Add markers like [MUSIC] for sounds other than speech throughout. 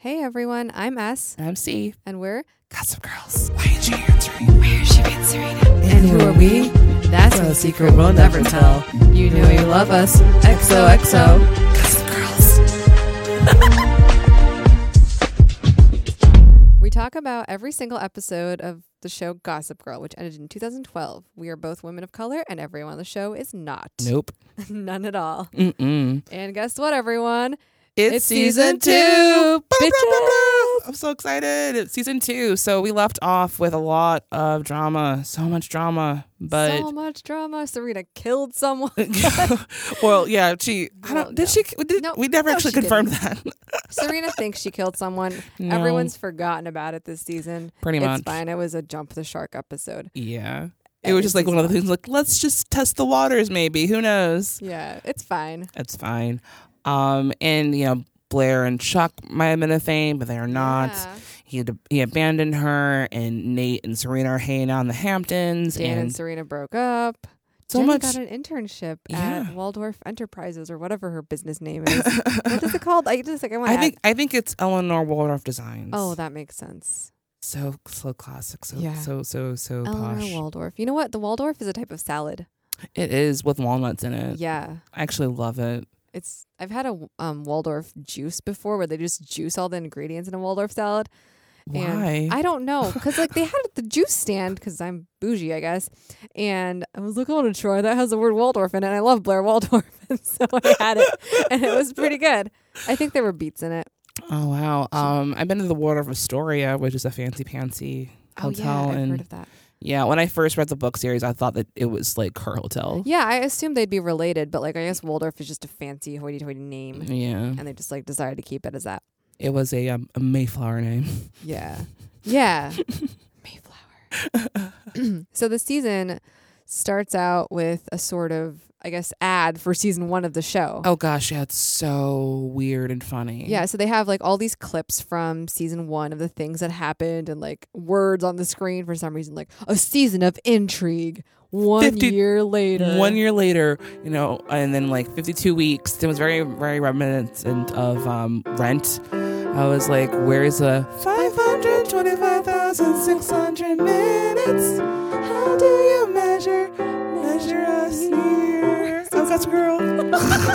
Hey everyone, I'm S, I'm C. and we're Gossip Girls. Why ain't she answering? Why is she answering? And who are we? That's a secret we'll never tell. You know you love us. XOXO. Gossip Girls. We talk about every single episode of the show Gossip Girl, which ended in 2012. We are both women of color, and everyone on the show is not. Nope. [LAUGHS] None at all. Mm-mm. And guess what, everyone? It's, season season two, two. Blah, blah, blah, bitches. blah. I'm so excited. It's season two. So we left off with a lot of drama. So much drama. But [LAUGHS] so much drama. Serena killed someone. [LAUGHS] well, yeah, she. I Well, don't. Did she? We, did, No, we never no, actually she confirmed [LAUGHS] that. Serena thinks she killed someone. No. Everyone's forgotten about it this season. Pretty it's much. fine. It was a jump the shark episode. Yeah. It It was just like was one of the things. Like, let's just test the waters. Maybe who knows? Yeah, it's fine. That's fine. Um, and you know, Blair and Chuck might have been a thing, but they are not. Yeah. He had, he abandoned her, and Nate and Serena are hanging out in the Hamptons, Dan and, and Serena broke up. so Jenny much. got an internship Yeah. at Waldorf Enterprises or whatever her business name [LAUGHS] is. what is it called? I just like I want I to. think I think it's Eleanor Waldorf Designs. oh, that makes sense. so so classic, so Yeah. so so so Eleanor posh. Waldorf. You know what? The Waldorf is a type of salad. it is with walnuts in it. Yeah, I actually love it. it's. I've had a um, Waldorf juice before where they just juice all the ingredients in a Waldorf salad. Why? And I don't know because like they had the juice stand because I'm bougie, I guess. And I was like, I want to try that has the word Waldorf in it. And I love Blair Waldorf, [LAUGHS] and so I had it, [LAUGHS] and it was pretty good. I think there were beets in it. [LAUGHS] oh wow. Um, I've been to the Waldorf Astoria, which is a fancy pantsy oh hotel, yeah, I've and heard of that. yeah, when I first read the book series, I thought that it was like her hotel. Yeah, I assumed they'd be related, but like I guess Waldorf is just a fancy hoity-toity name, Yeah, and they just like decided to keep it as that. it was a um, a Mayflower name. Yeah. Yeah. [LAUGHS] Mayflower. so the season starts out with a sort of, I guess, ad for season one of the show. Oh gosh, yeah, it's so weird and funny. Yeah, so they have like all these clips from season one of the things that happened and like words on the screen for some reason, like a season of intrigue one 50 year later. One year later, you know, and then like 52 weeks, it was very, very reminiscent of um, Rent. I was like, where's the 525,600 minutes? How do you measure, measure us here? Oh, that's a girl.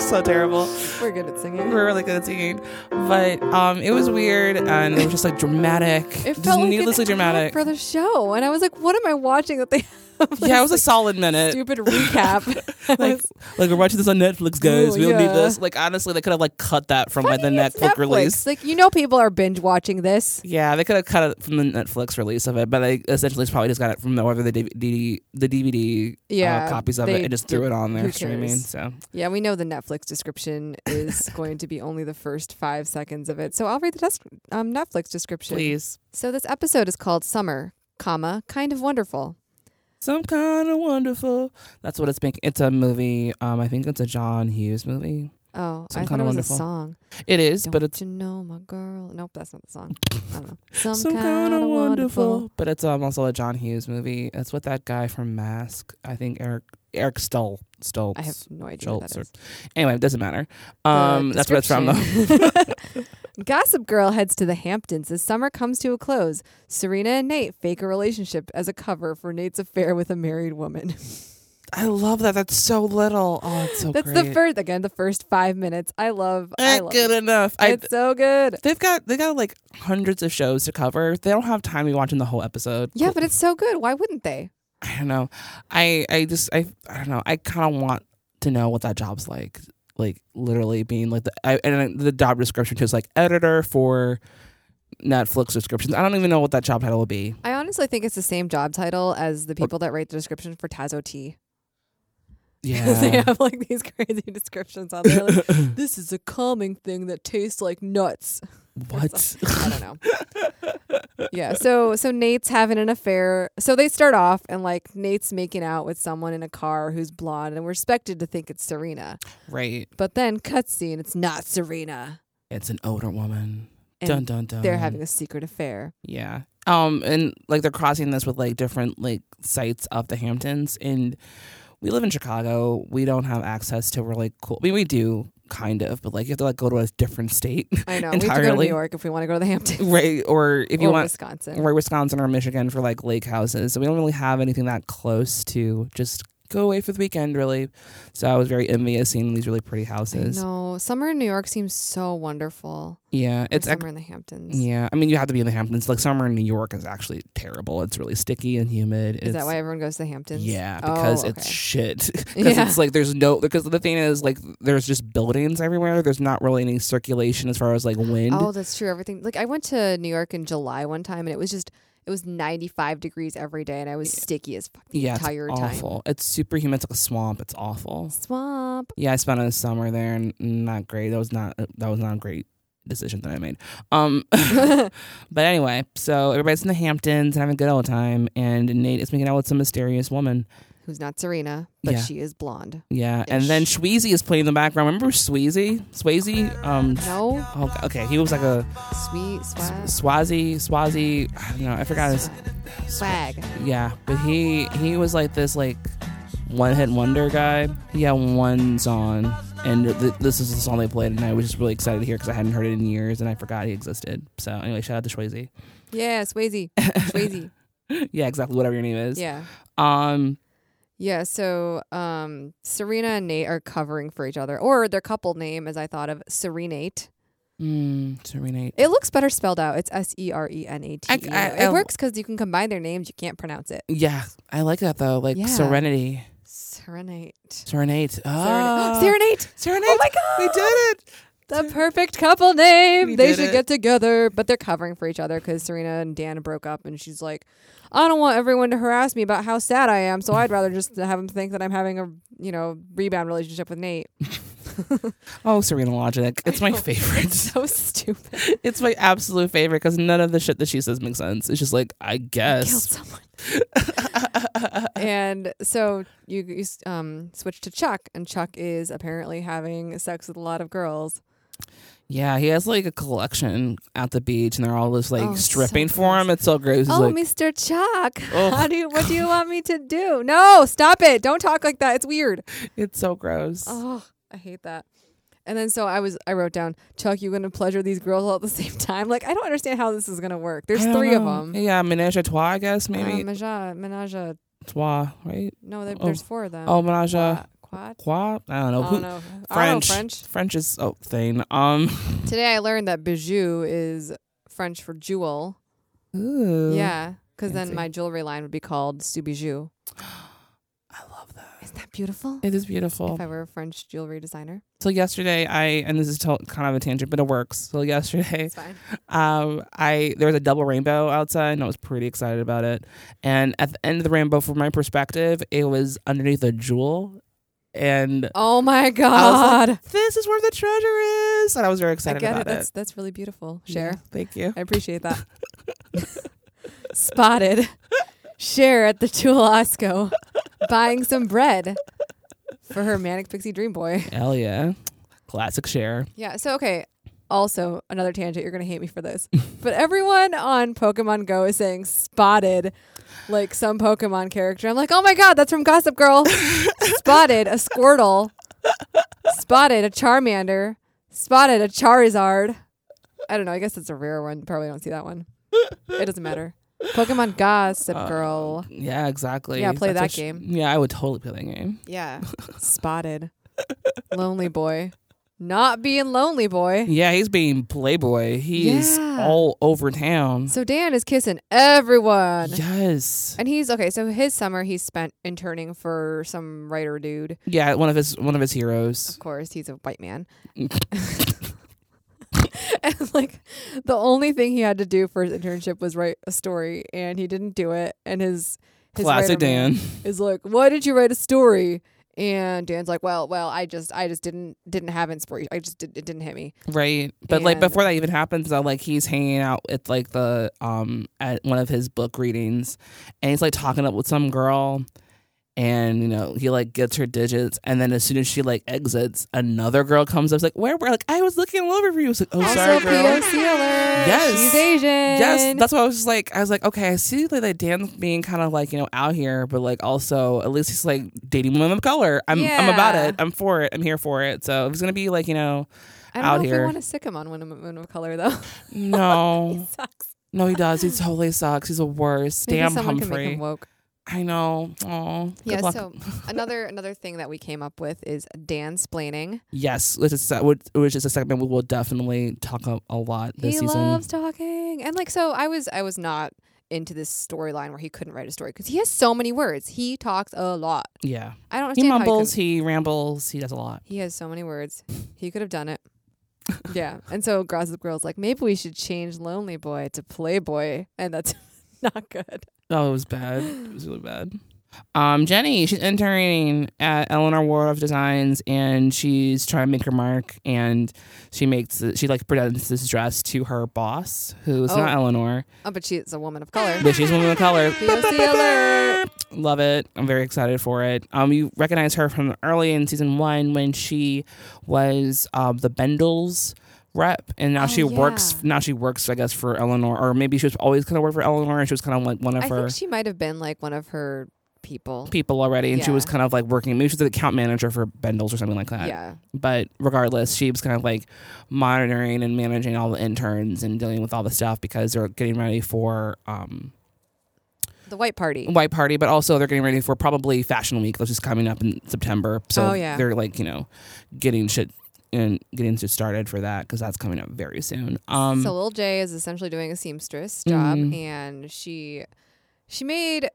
[LAUGHS] so terrible. We're good at singing. We're really good at singing. But um, it was weird and it was just like dramatic. It just felt like needlessly an ad dramatic. for the show. And I was like, what am I watching that they [LAUGHS] have? yeah, it was a this, solid like, minute. stupid [LAUGHS] recap. [LAUGHS] like, like we're watching this on Netflix, guys. Ooh, we don't yeah. need this. Like, honestly, they could have like cut that from like the It's Netflix, release. Like you know, people are binge watching this. Yeah, they could have cut it from the Netflix release of it, but they essentially probably just got it from the whatever the DVD, the DVD Yeah, uh, copies of they it and just threw did- it on who there streaming. cares? So Yeah, we know the Netflix description is [LAUGHS] going to be only the first five seconds of it. So I'll read the des- um, Netflix description. please, So this episode is called Summer, comma kind of wonderful. some kind of wonderful. That's what it's making. It's a movie. Um, I think it's a John Hughes movie. Oh, Some I thought Kinda it was Wonderful. a song. It is, Don't but it's you know my girl? Nope, that's not the [LAUGHS] song. I don't know. Some, some kind of wonderful. But it's um, also a John Hughes movie. It's with that guy from Mask. I think Eric Eric Stoll Stoltz. I have no idea what Schultz that or- is. Anyway, it doesn't matter. The Um, that's where it's from, though. description. Gossip Girl heads to the Hamptons as summer comes to a close. Serena and Nate fake a relationship as a cover for Nate's affair with a married [LAUGHS] woman. [LAUGHS] I love that. That's so little. Oh, it's so That's great. the first again, the first five minutes. I love I Eh, love good it. enough. I, It's so good. they've got they got like hundreds of shows to cover. They don't have time to be watching the whole episode. Yeah, but it's so good. Why wouldn't they? I don't know. I I just I I don't know. I kind of want to know what that job's like. Like literally being like the I, and the job description too is like editor for Netflix subscriptions. I don't even know what that job title [LAUGHS] will be. I honestly think it's the same job title as the people that write the description for Tazo [LAUGHS] Tea. they Yeah. have like these [LAUGHS] crazy descriptions on there. [COUGHS] Like, this is a calming thing that tastes like nuts. [LAUGHS] what? I don't know. yeah. So so Nate's having an affair. So they start off and like Nate's making out with someone in a car who's blonde, and we're expected to think it's Serena. right. But then cutscene, it's not Serena. It's an older woman. And dun dun dun. They're having a secret affair. Yeah. Um, and like they're crossing this with like different like sites of the Hamptons, and we live in Chicago. We don't have access to really cool. I mean, we do kind of, but like you have to like go to a different state, I know. We have to go to New Entirely. York if we want to go to the Hamptons right? Or [LAUGHS] if you or want, Wisconsin. or Wisconsin or Michigan for like lake houses. So we don't really have anything that close to just go away for the weekend, really. So I was very envious seeing these really pretty houses. No, summer in New York seems so wonderful. Yeah, or it's ac- summer in the Hamptons. yeah. I mean, you have to be in the Hamptons. Like summer in New York is actually terrible. It's really sticky and humid. Is that It's- why everyone goes to the Hamptons? Yeah, Oh, because it's okay. [LAUGHS] shit. [LAUGHS] Because Yeah. it's like there's no because the thing is like there's just buildings everywhere. There's not really any circulation as far as like wind. Oh, that's true. Everything. Like I went to New York in July one time, and it was just it was 95 degrees every day, and I was sticky as fuck the yeah, it's entire time. awful. It's super humid. It's like a swamp. It's awful. Swamp. Yeah, I spent a summer there and not great. That was not uh, that was not a great decision that I made. Um [LAUGHS] but anyway, so everybody's in the Hamptons having a good old time and Nate is making out with some mysterious woman. Who's not Serena, but Yeah. she is blonde. Yeah. And then Ish. Sweezy is playing in the background. Remember Sweezy? Swayze? Um No, oh, okay, he was like a sweet swag. Swazi, Swazi, I don't know, I forgot his swag. yeah, but he he was like this like one hit wonder guy. He had one song, and th- this is the song they played, and I was just really excited to hear because I hadn't heard it in years, and I forgot he existed. So anyway, shout out to Swayze. Yeah, Swayze. Swayze. [LAUGHS] yeah, exactly, whatever your name is. Yeah. Um. Yeah, so um, Serena and Nate are covering for each other, or their couple name, as I thought of, Serenate. Mm, Serenade. It looks better spelled out. It's S E R E N A T E. I- um I- I- It works because you can combine their names. You can't pronounce it. Yeah, I like that though. Like Yeah. Serenity, Serenate. [GASPS] Serenade. Serenate. Oh. Serenate. Serenade. Oh my god! We did it. The perfect couple name. We they did should it. get together, but they're covering for each other because Serena and Dan broke up, and she's like, "I don't want everyone to harass me about how sad I am, so I'd rather just have them think that I'm having a you know rebound relationship with [LAUGHS] Nate." Oh, Serena Logic. It's my favorite. [LAUGHS] So stupid. It's my absolute favorite because none of the shit that she says makes sense. It's just like I Killed guess. someone. and so you, you s- um switch to Chuck, and Chuck is apparently having sex with a lot of girls. Yeah, he has like a collection at the beach, and they're all just like Oh, it's stripping so for him. It's so gross. He's oh, like, Mr. Chuck, Oh, how do you, what [LAUGHS] do you want me to do? No, stop it! Don't talk like that. It's weird. it's so gross. Oh, I hate that. And then so I was I wrote down Chuck, you gonna pleasure these girls all at the [LAUGHS] same time? Like I don't understand how this is gonna work. There's I don't three of know. them. Yeah, menage a trois, I guess maybe Uh, Menage, menage, a- trois, right? no, there, Oh. there's four of them. oh, menage a Qua- quad. trois. I don't know. I Who- don't know. Oh, I don't know French. French. French is oh thing. Um, [LAUGHS] Today I learned that bijou is French for jewel. ooh. Yeah, because then Fancy. my jewelry line would be called Subijou. I love that. Isn't that beautiful? It is If beautiful. I were a French jewelry designer, So yesterday, I and this is to- kind of a tangent, but it works. So yesterday, it's fine. um, I there was a double rainbow outside, and I was pretty excited about it. And at the end of the rainbow, from my perspective, it was underneath a jewel, and Oh my was god! this is where the treasure is. And I was very I excited get about it. That's that's really beautiful. Share. Yeah, [LAUGHS] thank you. I appreciate that. Spotted. Cher at the Jewel Osco buying some bread for her manic pixie dream boy. Hell yeah, classic share. Yeah. So okay. Also, another tangent. You're gonna hate me for this, but everyone on Pokemon Go is saying spotted, like some Pokemon character. I'm like, oh my god, that's from Gossip Girl. spotted a Squirtle. Spotted a Charmander. Spotted a Charizard. I don't know. I guess it's a rare one. Probably don't see that one. It doesn't matter. Pokemon Gossip Girl. Yeah, exactly. Yeah, play That's that what sh- game. yeah, I would totally play that game. Yeah. spotted. Lonely boy. Not being lonely boy. Yeah, he's being playboy. He's Yeah. all over town. So Dan is kissing everyone. Yes. And he's okay, so his summer he spent interning for some writer dude. Yeah, one of his one of his heroes. Of course, he's a white man. [LAUGHS] and like the only thing he had to do for his internship was write a story and he didn't do it and his, his Classic writer man Dan. is like, "Why did you write a story?" And Dan's like, "Well, well, I just I just didn't didn't have inspiration. I just did, it didn't hit me." Right. But like And- before that even happens though, like he's hanging out at like the um at one of his book readings and he's like talking up with some girl and you know he like gets her digits, and then as soon as she like exits, another girl comes up, is like, "Where were?" Like, I was looking all over for you. I was like, "Oh, Also, sorry, girl." POC alert. Yes. She's Asian. Yes, that's why I was just like, I was like, okay, I see like that Dan's being kind of like you know out here, but like also at least he's like dating women of color. I'm I'm about Yeah. it. I'm for it. I'm here for it. So if it's gonna be like [LAUGHS] you know, I don't out know if here. we want to sick him on Women Women of Color, though. no, Sucks. no, he does. He totally sucks. He's the [LAUGHS] worst. Maybe Damn someone can make Humphrey. him woke. I know. Oh, yeah. So another another thing that we came up with is dance planning. yes, which is which- which is a segment we will definitely talk a, a lot He this season. loves talking, and like so, I was I was not into this storyline where he couldn't write a story because he has so many words. He talks a lot. yeah, I don't he understand how mumbles. couldn't- He rambles. He does a lot. He has so many words. He could have done it. [LAUGHS] yeah. And so Gossip Girl's like, maybe we should change Lonely Boy to Playboy. And that's [LAUGHS] not good. Oh, it was bad. It was really bad. Um, Jenny, she's entering at Eleanor Ward Designs, and she's trying to make her mark. And she makes she like presents this dress to her boss, who is Oh. not Eleanor, Oh, but she's a woman of color. but she's a woman of color. POC alert. Love it. I'm very excited for it. Um, you recognize her from early in season one when she was um, the Bendels rep, and now Oh, she works. yeah. Now she works, I guess, for Eleanor, or maybe she was always kind of worked for Eleanor, and she was kind of like one of I her think she might have been like one of her people. people already, and she was Yeah. kind of like working. Maybe she's the account manager for Bendels or something like that. Yeah. But regardless, she was kind of like monitoring and managing all the interns and dealing with all the stuff because they're getting ready for um, The white party. white party, but also they're getting ready for probably Fashion Week, which is coming up in September. So Oh, yeah. they're like you know getting shit and getting shit started for that because that's coming up very soon. Um, so Lil J is essentially doing a seamstress job Mhm. and she she made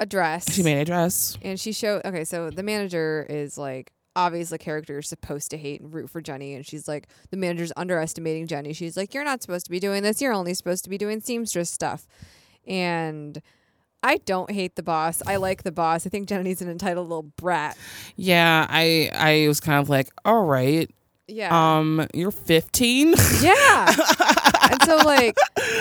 a dress. she made a dress. And she showed okay, so the manager is like obviously a character you're supposed to hate and root for Jenny and she's like the manager's underestimating Jenny. She's like, You're not supposed to be doing this, you're only supposed to be doing seamstress stuff. And I don't hate the boss. I like the boss. I think Jenny's an entitled little brat. Yeah, I I was kind of like, all right, Yeah. um, you're 15. yeah. and so like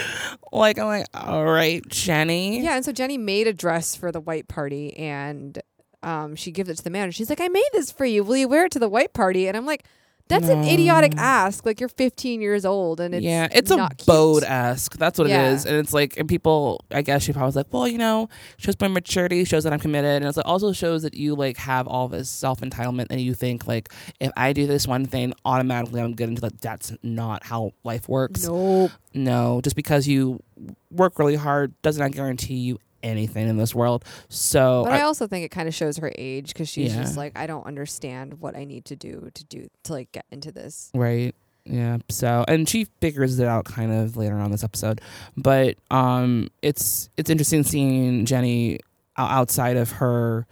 [LAUGHS] like I'm like, all right, Jenny. yeah, and so Jenny made a dress for the white party and um she gives it to the manager. She's like, I made this for you. Will you wear it to the white party? And I'm like, that's an idiotic ask. Like you're 15 years old and it's yeah, it's a not cute. bode esque. That's what Yeah. it is, and it's like, and people, I guess she probably was like, well, you know, shows my maturity, shows that I'm committed, and it's like also shows that you like have all this self entitlement, and you think like, if I do this one thing, automatically I'm good into like that's not how life works. Nope. No, just because you work really hard does not guarantee you anything in this world. So But Oh, I- I also think it kind of shows her age because she's Yeah. just like, I don't understand what I need to do to do to like get into this. Right. Yeah. So and she figures it out kind of later on this episode. But um it's it's interesting seeing Jenny o- outside of her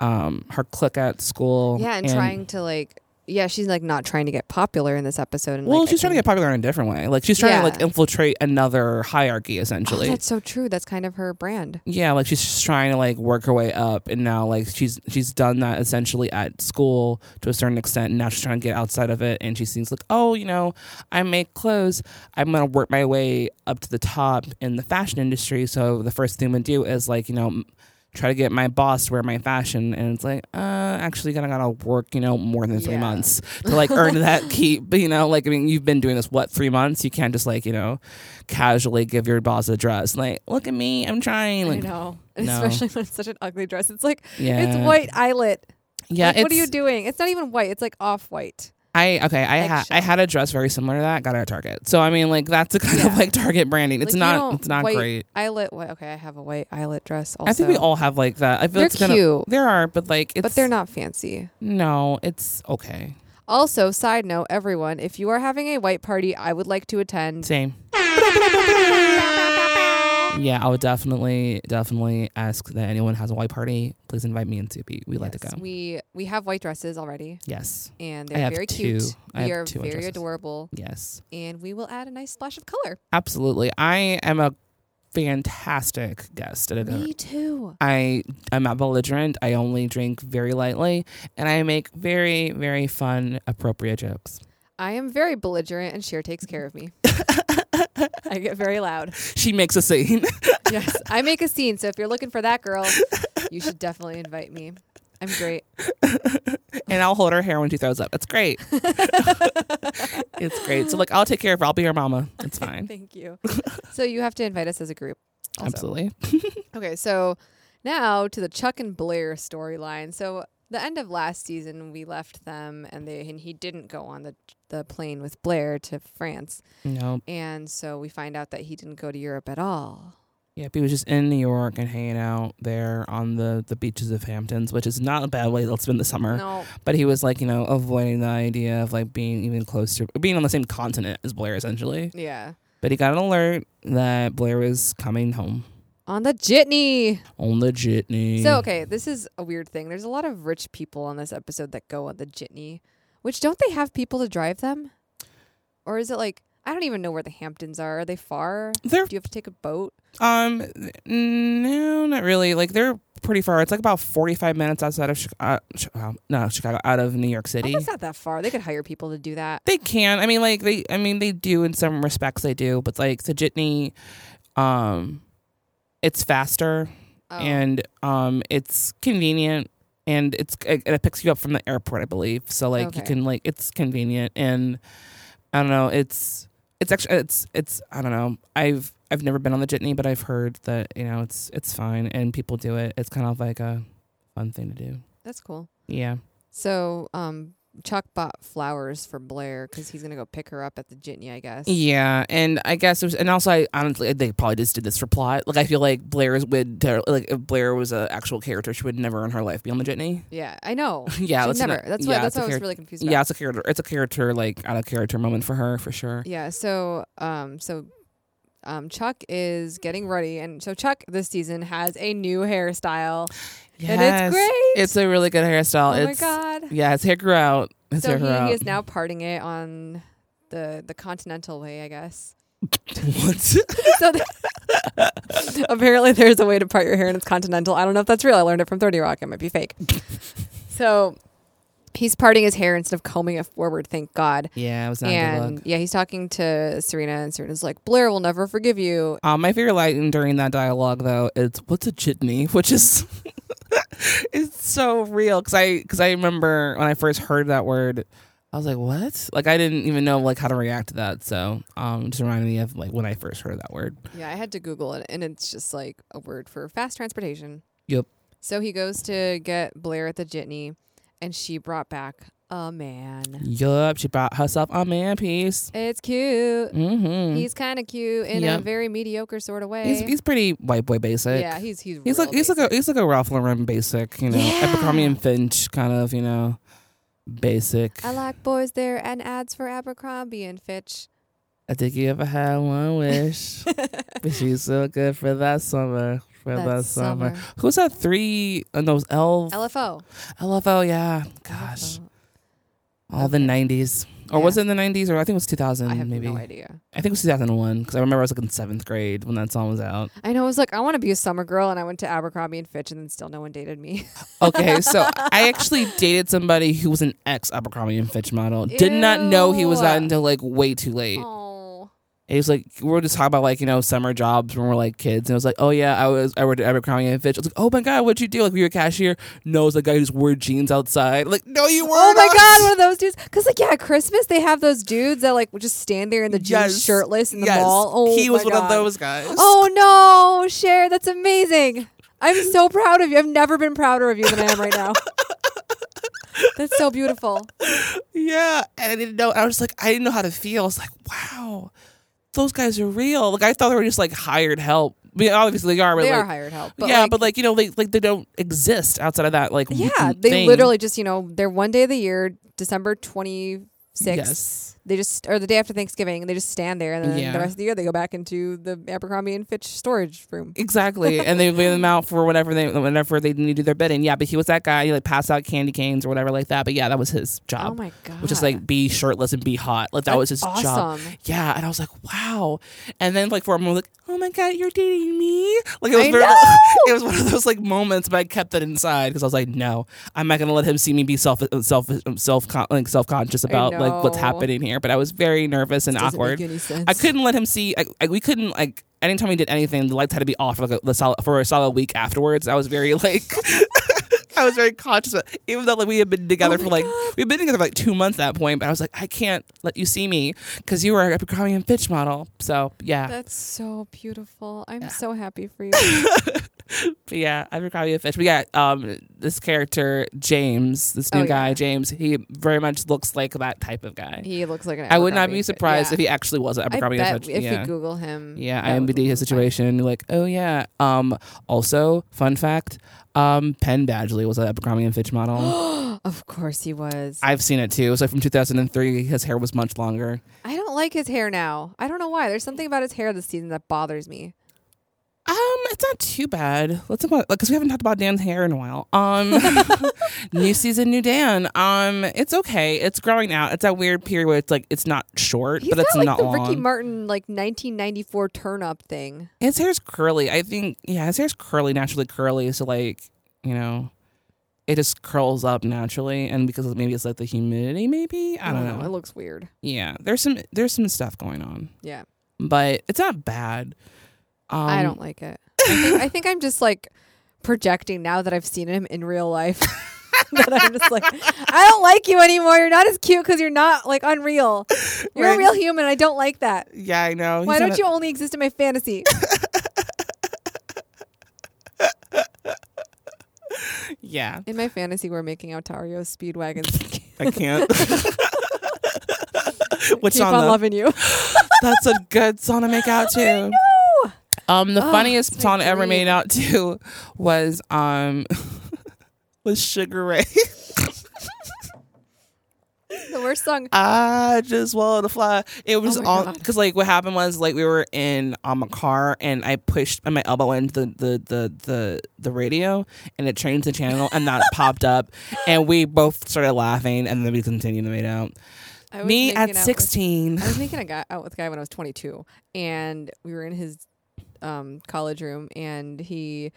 um her clique at school. Yeah, and, trying to like, yeah, she's like not trying to get popular in this episode. And Well, like, I she's trying to can- get popular in a different way. Like she's trying to like Yeah. infiltrate another hierarchy Oh, essentially. that's so true. That's kind of her brand. yeah, like she's just trying to like work her way up and now like she's she's done that essentially at school to a certain extent and now she's trying to get outside of it and she seems like, Oh, you know, I make clothes, I'm gonna work my way up to the top in the fashion industry. So the first thing I'm gonna do is like, you know, m- try to get my boss to wear my fashion and it's like, uh, actually gonna gotta work, you know, more than three Yeah. months to like earn that keep. But you know, like I mean you've been doing this what, three months? You can't just like, you know, casually give your boss a dress. Like, look at me, I'm trying. Like, I know, [LAUGHS] no. especially when it's such an ugly dress. It's like yeah. it's white eyelet. Yeah. Like, what are it's- you doing? It's not even white. It's like off white. I okay. I had Eggshell. I had a dress very similar to that. Got it at Target. So I mean, like that's a kind of Yeah. like Target branding. Like, It's you not. don't- It's not white great. Eyelet. Wait, okay, I have a white eyelet dress. Also, I think we all have like that. I feel They're it's been a- cute. there are, but like it's but they're not fancy. No, it's okay. Also, side note, everyone, if you are having a white party, I would like to attend. Same. Yeah, I would definitely, definitely ask that anyone has a white party, please invite me and Soupy. We like to go. Yes, We we have white dresses already, yes, and I they're have very two. cute. I we have are two very dresses. adorable, yes, and we will add a nice splash of color. absolutely. I am a fantastic guest at a dinner. Me too. I I'm not belligerent. I only drink very lightly, and I make very very fun appropriate jokes. I am very belligerent, and Cher takes care of [LAUGHS] me. I get very loud. She makes a scene. [LAUGHS] Yes, I make a scene. So if you're looking for that girl, You should definitely invite me. I'm great. and I'll hold her hair when she throws up. It's great. it's great. So like I'll take care of her. I'll be her mama. [LAUGHS] It's fine. Thank you. So you have to invite us as a group. also. Absolutely. Okay, so now to the Chuck and Blair storyline. So the end of last season, we left them, and they and he didn't go on the the plane with Blair to France, No. and so we find out that he didn't go to Europe at all. Yep. He was just in New York and hanging out there on the the beaches of Hamptons, which is not a bad way to spend the summer. No, But he was like, you know, avoiding the idea of like being even close to being on the same continent as Blair essentially. yeah, But he got an alert that Blair was coming home on the jitney. on the jitney. So okay, this is a weird thing. There's a lot of rich people on this episode that go on the jitney, which don't they have people to drive them, or is it like I don't even know where the Hamptons are? Are they far? they're Do you have to take a boat? Um, no, not really. Like they're pretty far. It's like about forty-five minutes outside of Chicago. No, Chicago, out of New York City. It's not that far. They could hire people to do that. They can. I mean, like they. I mean, they do in some respects. They do, but like the jitney, um, it's faster Oh. and um, it's convenient and it's and it picks you up from the airport, I believe. So like Okay. you can like it's convenient and I don't know. It's it's actually it's it's I don't know. I've I've never been on the jitney, but I've heard that you know it's it's fine and people do it. It's kind of like a fun thing to do. That's cool. Yeah. So, um, Chuck bought flowers for Blair because he's gonna go pick her up at the jitney, I guess. Yeah, and I guess it was, and also I honestly they probably just did this for plot. Like I feel like Blair's would like if Blair was an actual character, she would never in her life be on the jitney. Yeah, I know. [LAUGHS] Yeah, She'd that's never. not- that's what. That's yeah, it's a what I was character- really confused about. Yeah, it's a character. It's a character like out of character moment for her for sure. Yeah. So, um, so, um, Chuck is getting ready, and so Chuck this season has a new hairstyle, and it's great. It's a really good hairstyle. oh it's, my god. Yeah, his hair grew out. His So hair he, grew out. he is now parting it on the the continental way, I guess. [LAUGHS] [LAUGHS] what? so th- [LAUGHS] apparently there's a way to part your hair and it's continental. I don't know if that's real. I learned it from 30 Rock. It might be fake. so he's parting his hair instead of combing it forward, thank God. yeah, it was not a good And look. yeah, he's talking to Serena and Serena's like, Blair will never forgive you. Um, my favorite line during that dialogue though is "What's a chitney?" [LAUGHS] which is it's so real because I because I remember when I first heard that word. I was like, "What?" Like, I didn't even know like how to react to that. So, um, it just reminded me of like when I first heard that word. Yeah, I had to Google it and it's just like a word for fast transportation. Yep. So he goes to get Blair at the jitney and she brought back a man. Yup, she bought herself a man piece. It's cute. Mm-hmm. He's kind of cute in Yep. a very mediocre sort of way. he's he's pretty white boy basic. yeah, he's he's He's real like he's like a he's like a Ralph Lauren basic, you know, Yeah. Abercrombie and Finch kind of, you know, basic. I like boys there and ads for Abercrombie and Fitch. [LAUGHS] I think you ever had one wish, but she's so good for that summer, for That that summer. Who's that three? And those L LFO. LFO, yeah. Gosh, LFO. all the '90s, or was it the '90s, or I think it was 2000, I have maybe. no idea. I think it was 2001 because I remember I was like in seventh grade when that song was out. I know. I was like, I want to be a summer girl, and I went to Abercrombie and Fitch, and then still no one dated me. Okay, so I actually dated somebody who was an ex Abercrombie and Fitch model. Did not know he was Ew. that until like way [LAUGHS] too late. oh, It was like we were just talking about like you know summer jobs when we are like kids, and it was like, oh yeah, I was I worked at Abercrombie and Fitch. I was like, oh my god, what'd you do? Like, were you a cashier? No, it was the guy who just wore jeans outside. Like, no, you were. oh my God, [LAUGHS] one of those dudes. Because like, yeah, at Christmas they have those dudes that like would just stand there in the jeans, shirtless in the mall. Oh, he was my one of God. those guys. Oh no, Cher, that's amazing. I'm so proud of you. I've never been prouder of you than I am right [LAUGHS] now. That's so beautiful. yeah, and I didn't know. I was like, I didn't know how to feel. I was like, wow, those guys are real. Like, I thought they were just like hired help. I mean, obviously they are. But they like, are hired help. But yeah, like, but like you know, they like they don't exist outside of that. Like, Yeah, they thing. literally just you know they're one day of the year, December twenty sixth. Yes. They just or the day after Thanksgiving, and they just stand there, and then Yeah. the rest of the year they go back into the Abercrombie and Fitch storage room. Exactly, and they weigh them out for whatever they whenever they need to do their bidding. Yeah, but he was that guy. He like passed out candy canes or whatever like that. But yeah, that was his job, Oh my god, which is like be shirtless and be hot. Like that was his job. awesome. Yeah, and I was like, wow. And then like for a moment, like, oh my god, you're dating me. Like it was I very, know! [LAUGHS] it was one of those like moments, but I kept that inside because I was like, no, I'm not gonna let him see me be self self self like self conscious about like what's know. happening here. But I was very nervous and Doesn't awkward. Make any sense. I couldn't let him see. I, I, we couldn't like anytime we did anything, the lights had to be off for like a, the solid, for a solid week afterwards. I was very like, [LAUGHS] I was very conscious. Of, even though like we had been together Oh for like we've been together for like two months at that point, but I was like, I can't let you see me because you were a becoming bitch model. So yeah, That's so beautiful. I'm Yeah. so happy for [LAUGHS] you. But yeah, I forgot you a fish. But yeah, um, this character James, this Oh, new yeah. guy James, he very much looks like that type of guy. he looks like an. I would not Abercrombie, be but- surprised yeah. if he actually was an I Abercrombie and bet Fitch. if yeah. you Google him, yeah, that would IMBD his look like- situation. You're like, oh yeah. Um, also, fun fact, um, Penn Badgley was an Abercrombie and Fitch [GASPS] model. Of course he was. I, I've seen it too. It's like from 2003. His hair was much longer. don't like his hair now. I don't know why. There's something about his hair this season that bothers me. Um, it's not too bad. Let's talk about because we haven't talked about Dan's hair in a while. Um, [LAUGHS] new season, new Dan. Um, it's okay. It's growing out. It's that weird period where it's like it's not short, He's but it's got like not the long. Ricky Martin like 1994 turn up thing. his hair's curly. I think yeah, his hair's curly, naturally curly. So like you know, it just curls up naturally, and because maybe it's like the humidity, maybe I don't know. Oh, It looks weird. Yeah, there's some there's some stuff going on, Yeah, but it's not bad. Um, I don't like it. I think, I think I'm just like projecting now that I've seen him in real life. [LAUGHS] that I'm just like, I don't like you anymore. You're not as cute because you're not like unreal. You're Right. a real human. I don't like that. Yeah, I know. Why He's don't not a- you only exist in my [LAUGHS] fantasy? Yeah, In my fantasy, we're making Otario speed wagons. I [LAUGHS] can't. Which Keep song? on though? loving [LAUGHS] you. That's a good song to make [LAUGHS] out to. Um, the Oh, funniest it's my song I ever dream. made out to was um [LAUGHS] was Sugar Ray. the worst song. I just want to fly. It was Oh my all God. because like what happened was like we were in um a car and I pushed my elbow into the the the the, the radio and it changed the channel and [LAUGHS] that popped up and we both started laughing and then we continued to make out. I was Me making out at with- sixteen. I was making a guy out with a guy when I was 22, and we were in his um, college room, and he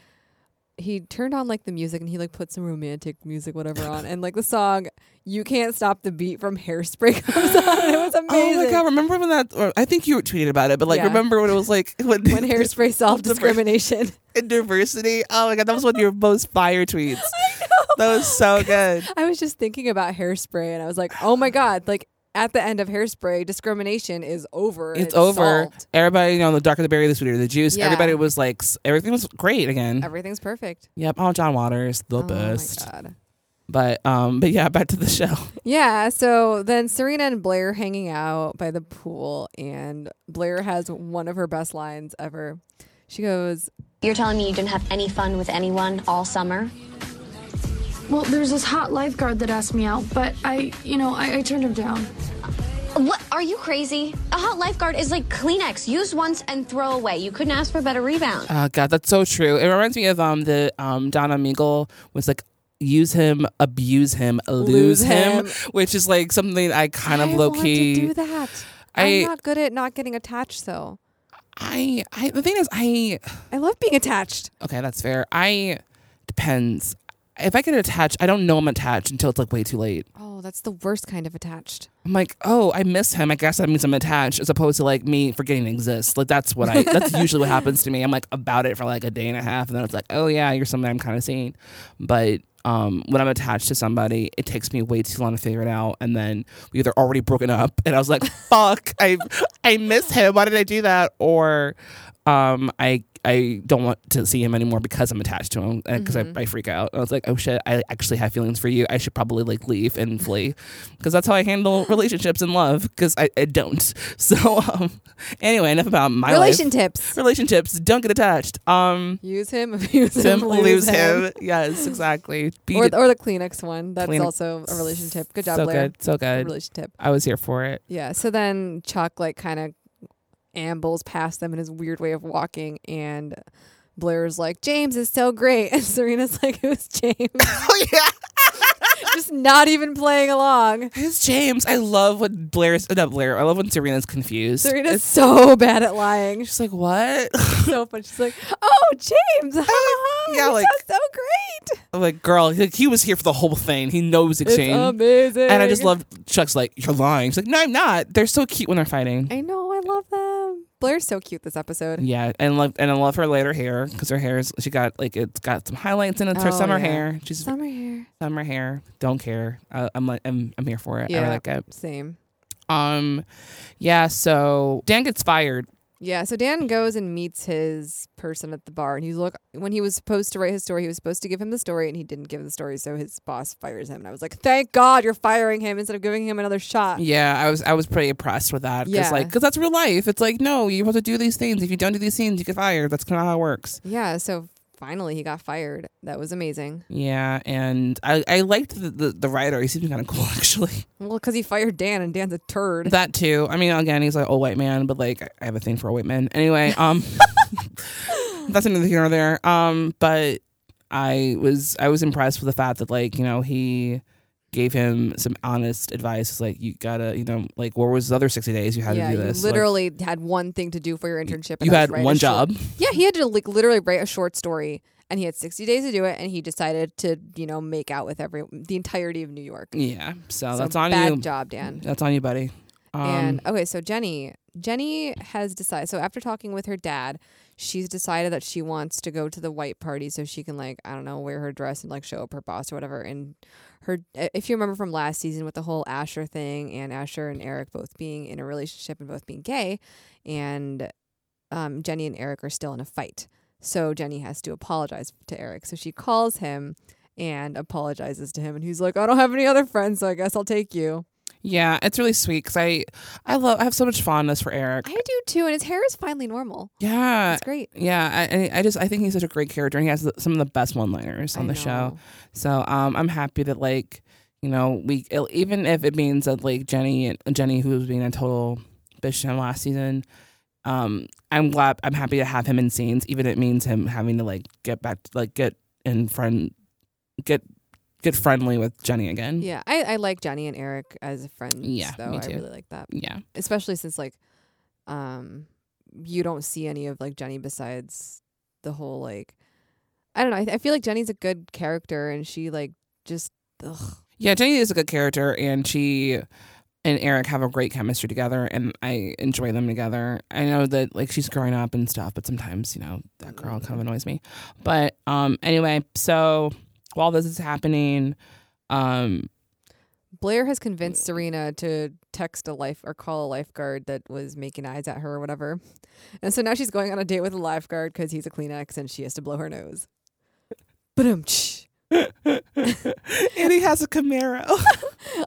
he turned on like the music, and he like put some romantic music, whatever, on, and like the song "You Can't Stop the Beat" from Hairspray [LAUGHS] comes on. It was amazing. Oh my god! Remember when that? Or I think you tweeted about it, but like, Yeah. remember when it was like when, [LAUGHS] When hairspray solved discrimination. in diversity? Oh my god, that was one of your most [LAUGHS] fire tweets. That was so good. [LAUGHS] I was just thinking about hairspray, and I was like, "Oh my god!" Like at the end of hairspray, discrimination is over. and It's over. solved. Everybody, you know, the darker the berry, the sweeter the juice. Yeah. Everybody was like, s- everything was great again. Everything's perfect. yep. Oh, John Waters, the Oh my best. God. But um, but yeah, [LAUGHS] back to the show. Yeah, so then Serena and Blair hanging out by the pool, and Blair has one of her best lines ever. She goes, You're telling me you didn't have any fun with anyone all summer? Well, there's this hot lifeguard that asked me out, but I, you know, I, I turned him down. What? Are you crazy? A hot lifeguard is like Kleenex. Use once and throw away. You couldn't ask for a better rebound. Oh god, that's so true. It reminds me of um the um Donna Meagle was like. Use him, abuse him, lose, Lose him, him. which is like something I kind of "I low want key. to do that. I, I- am not good at not getting attached, though. I, I the thing is I I love being attached. okay that's fair I depends if I get attached I don't know I'm attached until it's like way too late Oh, that's the worst kind of attached. I'm like oh I miss him I guess that means I'm attached as opposed to like me forgetting to exist like that's what I that's usually what happens to me I'm like about it for like a day and a half and then it's like oh yeah you're something I'm kind of seeing but um when I'm attached to somebody it takes me way too long to figure it out and then we either already broken up and I was like [LAUGHS] fuck I I miss him why did I do that or um, I I don't want to see him anymore because I'm attached to him because I, I freak out. I was like, oh shit, I actually have feelings for you. I should probably like leave and flee because that's how I handle relationships and love because I, I don't. [LAUGHS] So um, anyway, enough about my Relation life. tips. Relationships don't get attached. Um, [LAUGHS] Use him, abuse him, Tim lose lose him. him. [LAUGHS] Yes, exactly. Beat Or, it. or the Kleenex one. That's Kleenex. also a relation tip. Good job, so Blair. good, so good. Relation tip. I was here for it. Yeah. So then Chuck like kind of ambles past them in his weird way of walking, and Blair's like, "James is so great," [LAUGHS] and Serena's like, "Who's James?" [LAUGHS] Oh yeah. [LAUGHS] Just not even playing along. It's James. I love when Blair's uh, not Blair. I love when Serena's confused. Serena's so bad at lying. She's She's like, [LAUGHS] what? [LAUGHS] so funny. She's like, "Oh, James, ha, ha, ha, yeah, you like- sound so great. I'm like, girl, he, he was here for the whole thing. He knows It's exchange. amazing." and I just love Chuck's like, you're lying. She's like, no, I'm not. They're so cute when they're fighting. I know. I love them. Blair's so cute this episode. Yeah, and love and I love her later hair because her hair is she got like it's got some highlights in it. It's her Oh, summer yeah. hair. She's Summer hair. summer hair. Don't care. Uh, I'm like I'm I'm here for it. I Yeah. like it. Same. Um, yeah. So Dan gets fired. Yeah, so Dan goes and meets his person at the bar, and he's like, when he was supposed to write his story, he was supposed to give him the story, and he didn't give the story, so his boss fires him. And I was like, thank God you're firing him instead of giving him another shot. Yeah, I was I was pretty impressed with that. Yeah. Cause like, cause that's real life. It's like no, you're supposed to do these things. If you don't do these things, you get fired. That's kind of how it works. Yeah, so finally he got fired. That was amazing. Yeah, and I I liked the the, the writer. He seemed kind of cool [LAUGHS] actually. Well, because he fired Dan, and Dan's a turd. That too. I mean, again, he's like old white man, but like I have a thing for old white men. Anyway, [LAUGHS] um, that's another here or there. Um, but I was I was impressed with the fact that like you know he gave him some honest advice. It's like you gotta you know like what was the other sixty days you had yeah, to do you this? Like, literally had one thing to do for your internship. and you that was had write a one short- job. Yeah, he had to like literally write a short story, and he had 60 days to do it, and he decided to, you know, make out with every the entirety of New York. Yeah, so, So that's on bad you. job, Dan. That's on you, buddy. Um, and okay, so Jenny, Jenny has decided. So after talking with her dad, she's decided that she wants to go to the white party so she can like I don't know wear her dress and like show up her boss or whatever. And her, if you remember from last season with the whole Asher thing and Asher and Eric both being in a relationship and both being gay, and um, Jenny and Eric are still in a fight. So Jenny has to apologize to Eric. So she calls him and apologizes to him, and he's like, "I don't have any other friends, so I guess I'll take you." yeah, it's really sweet because I I love I have so much fondness for Eric. I do too, and his hair is finally normal. yeah, It's great. Yeah, I, I- I just I think he's such a great character, and he has the- some of the best one-liners on I the know. show. So um, I'm happy that like you know we even if it means that like Jenny and Jenny who was being a total bitch in last season, um, I'm glad I'm happy to have him in scenes, even if it means him having to like get back like get in friend get get friendly with Jenny again. Yeah, I, I like Johnny and Eric as friends. Yeah, though me I too. really like that, Yeah. especially since like, um, you don't see any of like Jenny besides the whole like, I don't know. I, I feel like Jenny's a good character, and she like just ugh. Yeah, Jenny is a good character, and she and Eric have a great chemistry together, and I enjoy them together. I know that like she's growing up and stuff, but sometimes you know that girl kind of annoys me. But um, anyway, so while this is happening, um, Blair has convinced Serena to text a life or call a lifeguard that was making eyes at her or whatever, and so now she's going on a date with a lifeguard because he's a Kleenex and she has to blow her nose. Ba-dum-tsh. and he has a Camaro. oh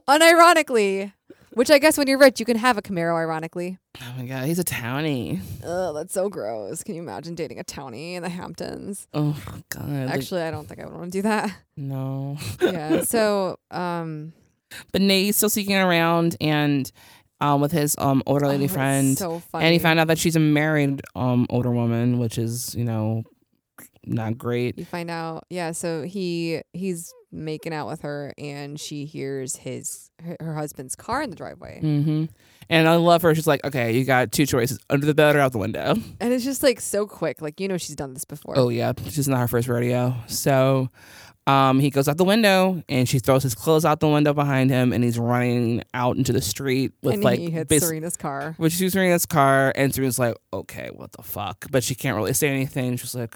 unironically, which I guess when you're rich, you can have a Camaro, ironically. my god, he's a townie. Oh, that's so gross. Can you imagine dating a townie in the Hamptons? Oh god, like, Actually, I don't think I would want to do [LAUGHS] that. no. Yeah. So, um, But Nate is still seeking around, and um, with his um older oh, lady it's friend, So funny. and he found out that she's a married um older woman, which is you know not great. You find out, yeah. So he he's making out with her, and she hears his her, her husband's car in the driveway, hmm And I love her. She's like, okay, you got two choices: under the bed or out the window. and it's just like so quick. Like you know, she's done this before. Oh yeah, she's not her first rodeo. So, um, he goes out the window, and she throws his clothes out the window behind him, and he's running out into the street with and like he hits bas- Serena's car. But she's in this car, and Serena's like, okay, what the fuck? But she can't really say anything. She's like,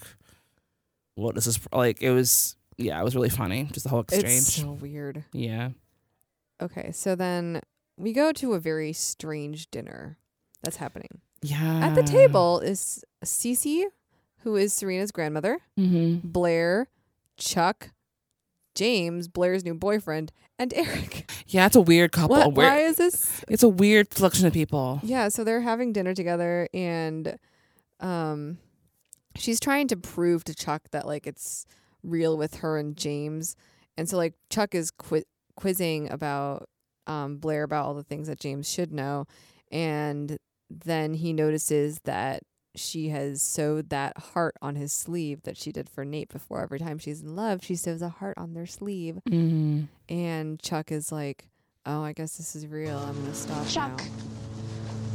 what is this? for?" Like, it was, yeah, it was really funny. Just the whole exchange. It's so weird. yeah. Okay, so then we go to a very strange dinner that's happening. Yeah. At the table is Cece, who is Serena's grandmother, Mm-hmm. Blair, Chuck, James, Blair's new boyfriend, and Eric. Yeah, it's a weird couple. What? Weird- Why is this? it's a weird selection of people. Yeah, so they're having dinner together, and um, she's trying to prove to Chuck that like it's real with her and James, and so like Chuck is qui- quizzing about um, Blair about all the things that James should know, and then he notices that she has sewed that heart on his sleeve that she did for Nate before. Every time she's in love, she sews a heart on their sleeve, Mm. and Chuck is like. Oh, I guess this is real. I'm gonna stop. Chuck. now."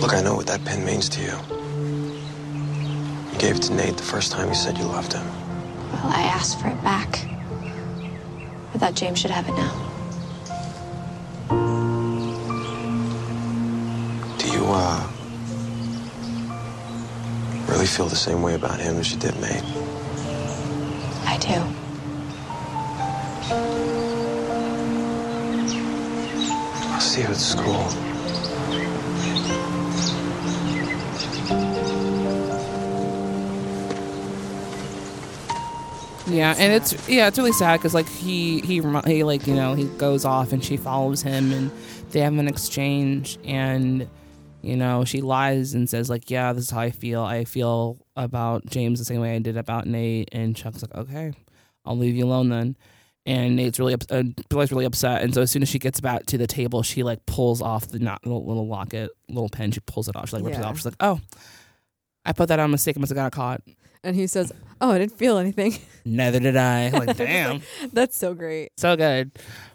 Look, I know what that pin means to you. You gave it to Nate the first time you said you loved him. Well, I asked for it back. I thought James should have it now. Do you, uh, really feel the same way about him as you did me? I do. I'll see you at school. Yeah, and it's yeah, it's really sad because like he he remi- he like you know he goes off and she follows him and they have an exchange and you know she lies and says like yeah this is how I feel I feel about James the same way I did about Nate and Chuck's like okay I'll leave you alone then and Nate's really ups- uh, Billy's really upset and so as soon as she gets back to the table she like pulls off the not the little locket little pin she pulls it off she like rips it Yeah. off she's like oh I put that on mistake I must have got caught And he says, "Oh, I didn't feel anything." [LAUGHS] neither did I like [LAUGHS] damn. That's so great. so good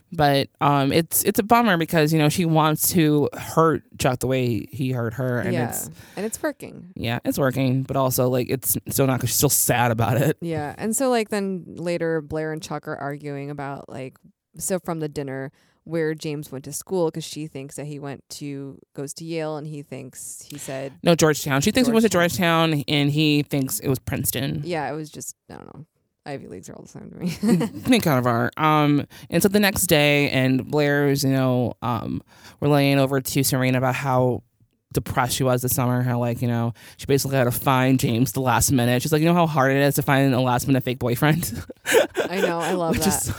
but um it's it's a bummer because you know she wants to hurt chuck the way he hurt her and yeah, it's and it's working. yeah it's working but also like it's still not because she's still sad about it Yeah. And so like then later Blair and Chuck are arguing about like so from the dinner where James went to school because she thinks that he went to goes to Yale and he thinks he said no georgetown she thinks he went to georgetown and he thinks it was princeton yeah it was just I don't know Ivy leagues are all the same to me. [LAUGHS] think kind of are um and so the next day and blair's you know um relaying over to serena about how depressed she was this summer how like you know she basically had to find james the last minute she's like you know how hard it is to find a last minute fake boyfriend [LAUGHS] I know I love Which that. is-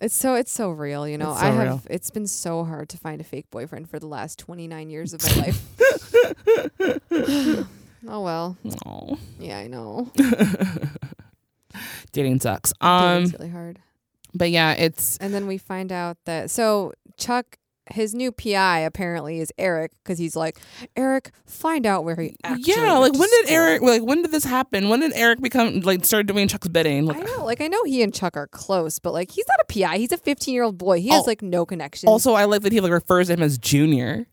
it's so it's so real, you know. It's so I have real. it's been so hard to find a fake boyfriend for the last 29 years of my [LAUGHS] life. [SIGHS] oh well. Aw. Yeah, I know. [LAUGHS] dating sucks. it's Um, really hard. but yeah, it's And then we find out that so Chuck, his new PI apparently is Eric because he's like, Eric, find out where he actually. yeah. Like went to when did school." Eric? Like when did this happen? When did Eric become like start doing Chuck's bidding? I Like, know, like I know he and Chuck are close, but like he's not a PI. He's a 15 year old boy. He has Oh. like no connection. also, I like that he like refers to him as Junior.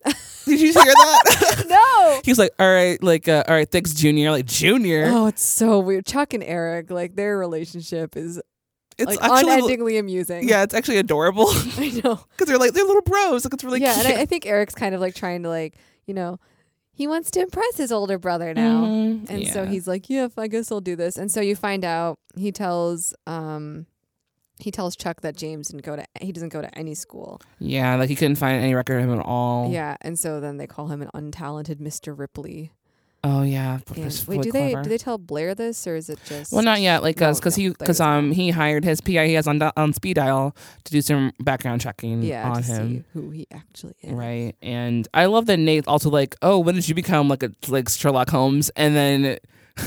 Did you hear that? [LAUGHS] [LAUGHS] no. He's like, all right, like, uh, all right, thanks, Junior. Like, Junior, Oh, it's so weird. Chuck and Eric, like their relationship is it's like actually, unendingly amusing. yeah, it's actually [LAUGHS] adorable [LAUGHS] I know. because they're like they're little bros. Like, it's really yeah, cute. [LAUGHS] and I, I think Eric's kind of like trying to like you know. He wants to impress his older brother now. Mm, And yeah. so he's like, "Yeah, f- I guess I'll do this." And so you find out he tells um he tells Chuck that James didn't go to he doesn't go to any school. yeah, like he couldn't find any record of him at all. Yeah, and so then they call him an untalented Mr. Ripley. Oh yeah. But And it's wait, really do they clever. do they tell Blair this or is it just Well, not yet, like No, because because no, he there because isn't. um he hired his PI he has on di- on speed dial to do some background checking yeah on to see him, who he actually is? right? And I love that Nate also like, oh, when did you become like a like Sherlock Holmes? And then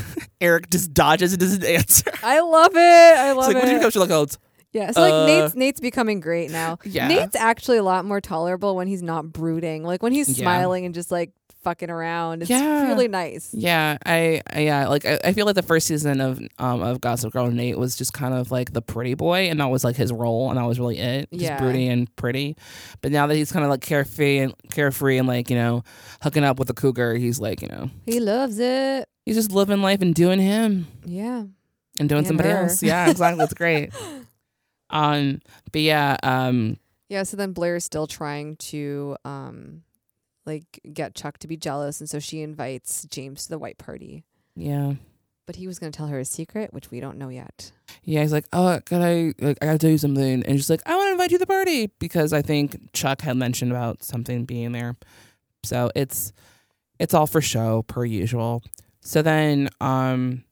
[LAUGHS] Eric just dodges and doesn't answer. I love it. I It's love like, when did you it. become Sherlock Holmes? yeah, so like uh, Nate's Nate's becoming great now. [LAUGHS] Yeah. Nate's actually a lot more tolerable when he's not brooding. Like when he's Yeah. smiling and just like fucking around. It's Yeah. really nice. Yeah, I I- yeah, like I, I feel like the first season of um of Gossip Girl Nate was just kind of like the pretty boy, and that was like his role, and that was really it, just Yeah. broody and pretty. But now that he's kind of like carefree and carefree and like you know hooking up with a cougar, he's like you know He loves it. he's just living life and doing him Yeah. and doing And somebody her. else. Yeah, exactly. [LAUGHS] That's great. Um, but yeah, um, Yeah, so then Blair is still trying to um like get Chuck to be jealous and so she invites James to the white party. yeah. But he was going to tell her a secret, which we don't know yet. Yeah, he's like, oh, could I? Like, I gotta tell you something, and she's like, I want to invite you to the party because I think Chuck had mentioned about something being there. So it's it's all for show per usual. So then, um,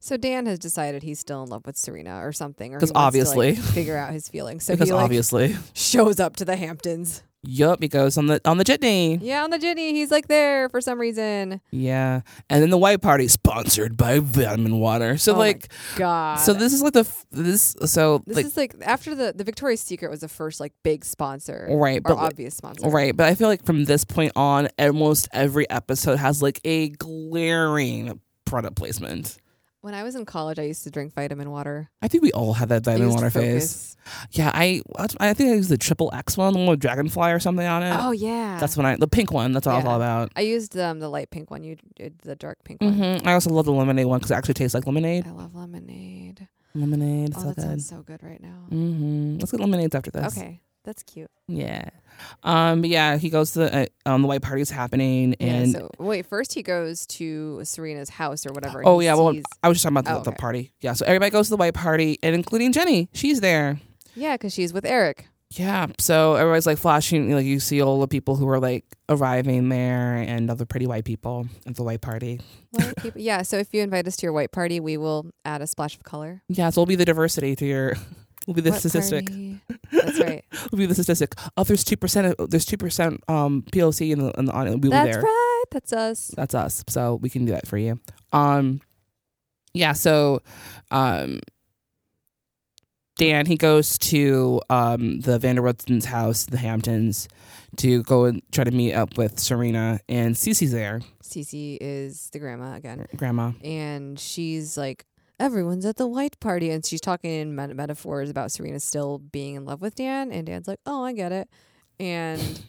So Dan has decided he's still in love with Serena or something, or he 'Cause wants to, like, obviously. figure out his feelings. So [LAUGHS] because he like obviously, shows up to the Hamptons. yup, he goes on the on the jitney. Yeah, on the Ginny, he's like there for some reason. Yeah, and then the white party sponsored by Vitamin Water. So Oh my like, God. so this is like the f- this so This like is like after the the Victoria's Secret was the first like big sponsor, Right, Or but, like- obvious sponsor, Right, but I feel like from this point on, almost every episode has like a glaring product placement. When I was in college, I used to drink vitamin water. I think we all had that I vitamin used water phase. Focus. Yeah, I I think I used the triple X one, the one with dragonfly or something on it. Oh yeah, That's when I the pink one. That's what Mm-hmm. I was Yeah. all about. I used um, the light pink one. You did the dark pink one. hmm I also love the lemonade one because it actually tastes like lemonade. I love lemonade. Lemonade, Oh, so that good. sounds so good right now. hmm Let's get lemonades after this. Okay, that's cute. Yeah. Um. But yeah, he goes to the uh, um the white party's happening, and yeah, so wait, first he goes to Serena's house or whatever. and oh he yeah, well sees- I was just talking about the, Oh, the okay. party. Yeah. So everybody goes to the white party, and including Jenny, she's there. yeah, because she's with Eric. Yeah. So everybody's like flashing. Like you see all the people who are like arriving there, and other pretty white people at the white party. White people. Yeah, so if you invite us to your white party, we will add a splash of color. Yeah. So we'll be the diversity to your. We'll be the What statistic. party? That's right. [LAUGHS] We'll be the statistic. Oh, there's two percent. There's two percent. Um, POC in the, in the audience. We were That's there. right. That's us. that's us so we can do that for you um yeah so um dan he goes to um the vanderwoodson's house the hamptons to go and try to meet up with serena and cece's there Cece is the grandma again. grandma and she's like everyone's at the white party and she's talking in met- metaphors about serena still being in love with dan and dan's like oh i get it and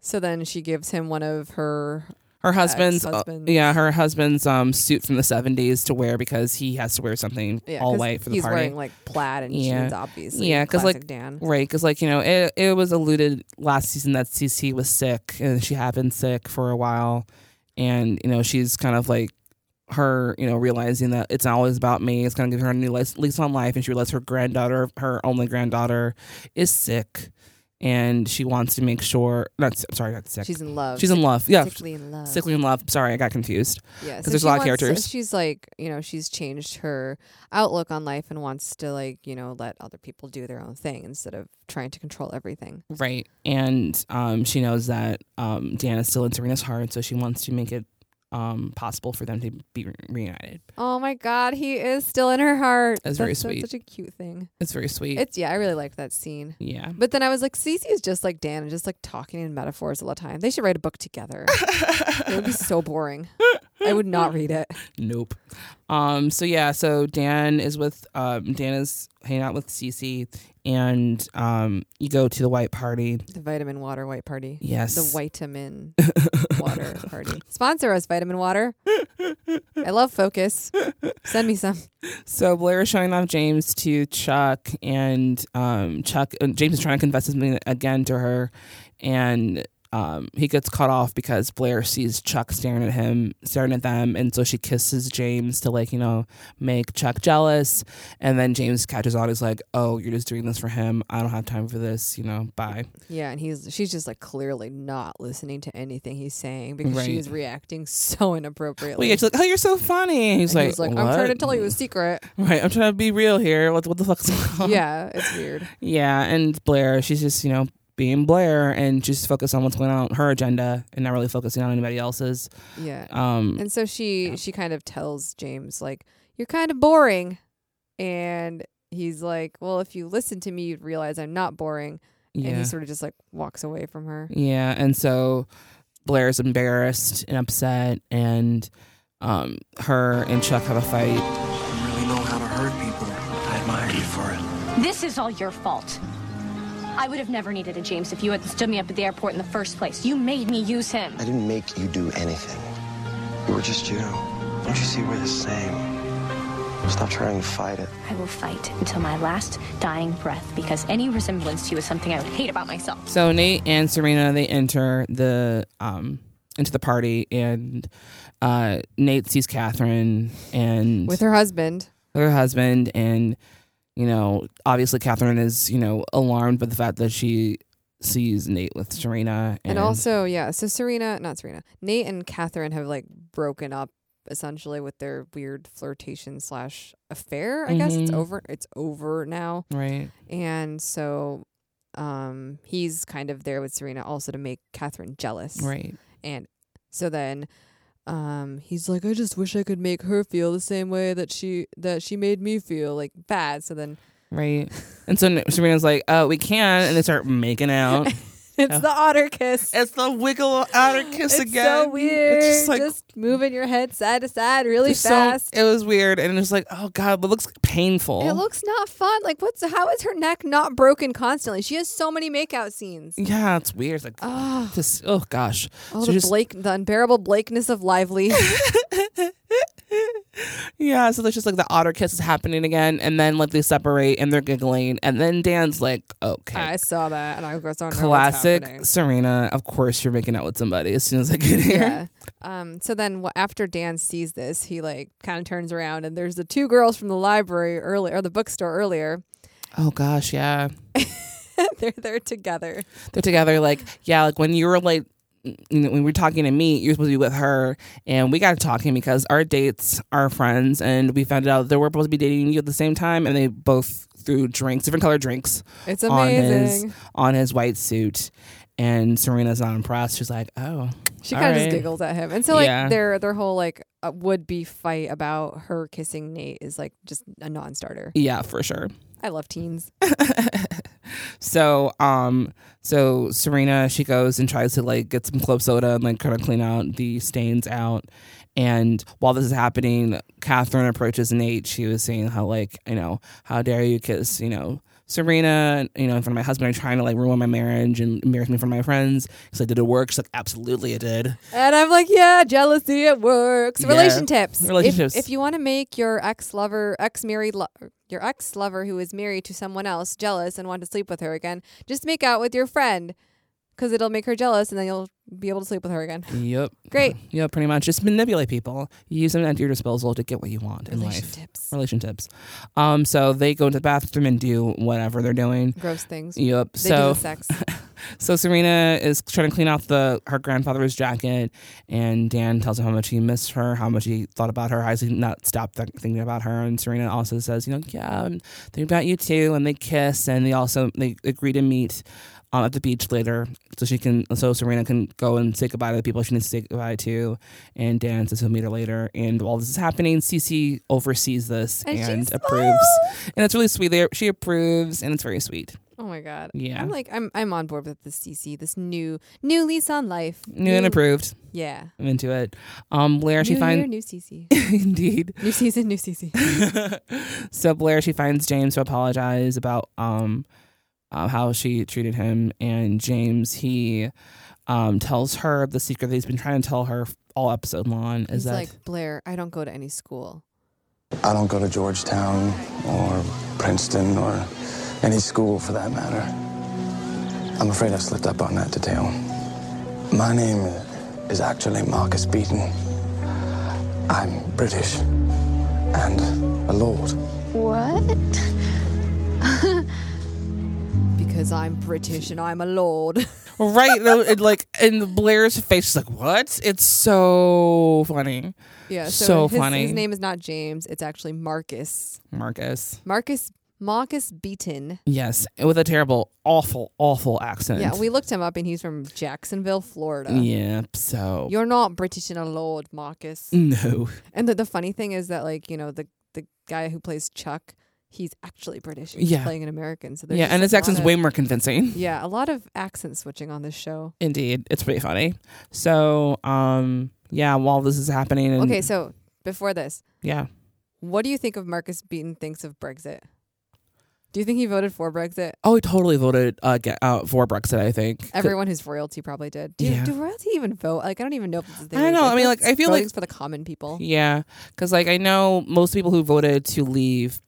so then she gives him one of her her husband's uh, Ex-husband's. yeah her husband's um suit from the 70s to wear because he has to wear something yeah, all 'cause white for the he's party wearing like plaid and Yeah. jeans obviously Yeah, 'cause, like, Classic dan Right, because like you know, it it was alluded last season that CC was sick and she had been sick for a while, and you know she's kind of like her, you know, realizing that it's not always about me. It's kind of giving her a new lease, lease on life, and she realizes her granddaughter, her only granddaughter, is sick, and she wants to make sure. Not s- I'm sorry, not sick. She's, she's in love in love. Yeah, sickly in love sickly in love. Sorry, I got confused. yeah 'cause there's a lot of she wants- characters. she's like you know she's changed her outlook on life and wants to like you know let other people do their own thing instead of trying to control everything Right. And um, she knows that um, Dan is still in Serena's heart, so she wants to make it um, possible for them to be re- reunited. Oh my God, he is still in her heart. That's very so- sweet. such a cute thing. It's very sweet. It's yeah, I really liked that scene. yeah. But then I was like, Cece is just like Dan and just like talking in metaphors all the time. They should write a book together. it would be so boring. I would not read it. Nope. Um. So yeah. So Dan is with um. Dan is hanging out with Cece, and um. You go to the white party. The vitamin water white party. Yes. The [LAUGHS] vitamin water party. Sponsor us, vitamin water. I love focus. Send me some. So Blair is showing off James to Chuck, and um. Chuck and James is trying to confess something again to her, and um. He gets cut off because Blair sees Chuck staring at him, staring at them, and so she kisses James to like you know make Chuck jealous, and then James catches on. He's like, "Oh, you're just doing this for him. I don't have time for this. You know, bye." Yeah, and he's she's just like clearly not listening to anything he's saying because Right. she is reacting so inappropriately. Well, yeah, she's like, "Oh, you're so funny." And he's And like, he was like, "What?" I'm trying to tell you a secret. [LAUGHS] Right, I'm trying to be real here. What, what the fuck's going on? yeah, it's weird. yeah. And Blair, she's just you know being Blair and just focused on what's going on her agenda and not really focusing on anybody else's. Yeah. Um, and so she she kind of tells James like you're kind of boring. And he's like, "Well, if you listen to me, you'd realize I'm not boring." And yeah, he sort of just like walks away from her. yeah. And so Blair's embarrassed and upset, and um, her and Chuck have a fight. You really know how to hurt people. I admire you for it. This is all your fault. I would have never needed a James if you hadn't stood me up at the airport in the first place. You made me use him. I didn't make you do anything. You were just you. Don't you see we're the same? Stop trying to fight it. I will fight until my last dying breath because any resemblance to you is something I would hate about myself. So Nate and Serena they enter the um into the party, and uh, Nate sees Catherine and With her husband, her husband and you know obviously catherine is you know alarmed by the fact that she sees nate with serena and and, also, yeah. So Serena, not Serena, Nate and Catherine have like broken up essentially with their weird flirtation slash affair. I guess it's Mhm. over. It's over now. right and so um he's kind of there with Serena also to make Catherine jealous. right And so then um he's like, I just wish I could make her feel the same way that she that she made me feel like bad. So then [LAUGHS] right and so serena's like oh we can and they start making out [LAUGHS] it's the otter kiss. it's the wiggle [GASPS] outer kiss It's again so weird. just, it's just like moving your head side to side really just so- fast. it was weird and it's like oh god but it looks painful it looks not fun. Like what's how is her neck not broken constantly? She has so many makeout scenes. yeah it's weird it's like just oh gosh Oh, So the just- [LAUGHS] Blake, the unbearable blakeness of Lively. yeah, so there's just like the otter kiss is happening again, and then like they separate and they're giggling, and then Dan's like, okay, I saw that and I was on classic Serena. Of course, you're making out with somebody as soon as I get here. Yeah. Um, so then wh- after Dan sees this, he like kind of turns around and there's the two girls from the library earlier or the bookstore earlier. [LAUGHS] Oh gosh, yeah, they're there together. they're together. Like yeah, like when you were like. You know, when we were talking to me, you're supposed to be with her, and we got to talking because our dates are friends, and we found out they were supposed to be dating you at the same time, and they both threw drinks, different color drinks, It's on amazing. his on his white suit, and Serena's not impressed. She's like, "Oh, She all kind of right. just giggles at him. And so like Yeah. their their whole like uh, would be fight about her kissing Nate is like just a non-starter. Yeah, for sure. I love teens. So, um, so Serena she goes and tries to like get some club soda and like kind of clean out the stains out. And while this is happening, Catherine approaches Nate. She was saying how like you know how dare you kiss you know Serena you know in front of my husband. Are trying to like ruin my marriage and embarrass me in front of my friends. He's like, did it work? She's like, absolutely, it did. And I'm like, yeah, jealousy, it works. Yeah. Relation tips. If- Relationships. If, you want to make your ex lover, ex married, lo- your ex lover who is married to someone else jealous and want to sleep with her again, just make out with your friend because it'll make her jealous and then you'll be able to sleep with her [LAUGHS] again. Yep. Great. Yeah, pretty much. Just manipulate people. Use them at your disposal to get what you want in Relation life. tips. Relationships. Um, so they go into the bathroom and do whatever they're doing. Gross things. Yep. They do so with sex. so Serena is trying to clean out the her grandfather's jacket, and Dan tells her how much he missed her, how much he thought about her, how he not stopped th- thinking about her. And Serena also says, you know, yeah, I'm thinking about you too. And they kiss, and they also they agree to meet um, at the beach later, so she can so Serena can go and say goodbye to the people she needs to say goodbye to. And Dan says he'll meet her later. And while this is happening, Cece oversees this [LAUGHS] and, And she approves, and it's really sweet. They, she approves, and it's very sweet. oh my god. Yeah. I'm like, I'm I'm on board with this CC, this new new lease on life. New and approved. Yeah. I'm into it. Um, Blair, she new year, finds new CC, [LAUGHS] indeed. new season, new CC. So Blair, she finds James to apologize about um, uh, how she treated him, and James he um tells her the secret that he's been trying to tell her all episode long is He's that like Blair. I don't go to any school. I don't go to Georgetown or Princeton or any school for that matter. I'm afraid I slipped up on that detail. My name is actually Marcus Beaton. I'm British and a lord. What? because I'm British and I'm a lord. [LAUGHS] [LAUGHS] right, no, and like in Blair's face, she's like, "What?" It's so funny, yeah, so, So his, funny. His name is not James; it's actually Marcus. Marcus. Marcus Marcus Beaton. Yes, with a terrible, awful, awful accent. Yeah, we looked him up, and he's from Jacksonville, Florida. Yeah, so You're not British and a lord, Marcus. [LAUGHS] Mm. no. And the, the funny thing is that, like, you know, the the guy who plays Chuck, he's actually British. He's Yeah. playing an American. So there's Yeah, just and a his lot accent's of- way more convincing. Yeah, a lot of accent switching on this show. Indeed, it's pretty funny. So, um, yeah, while this is happening, and, Okay, so before this, yeah, what do you think of Marcus Beaton thinks of Brexit? Do you think he voted for Brexit? oh, he totally voted uh, get, uh for Brexit. I think Everyone who's royalty probably did. Do, Yeah. do royalty even vote? Like, I don't even know if this is the I don't know. I mean, like, I feel like- for the common people. Yeah, because like I know most people who voted to leave,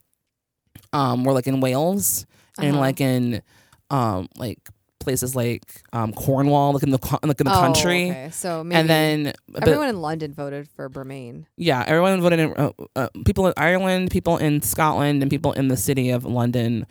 um, were like in Wales and Uh-huh. like in, um, like places like um Cornwall, like in the co- like in the Oh, country, okay. So maybe and then but- everyone in London voted for Bermain. Yeah, everyone voted in. Uh, uh, people in Ireland, people in Scotland, and people in the city of London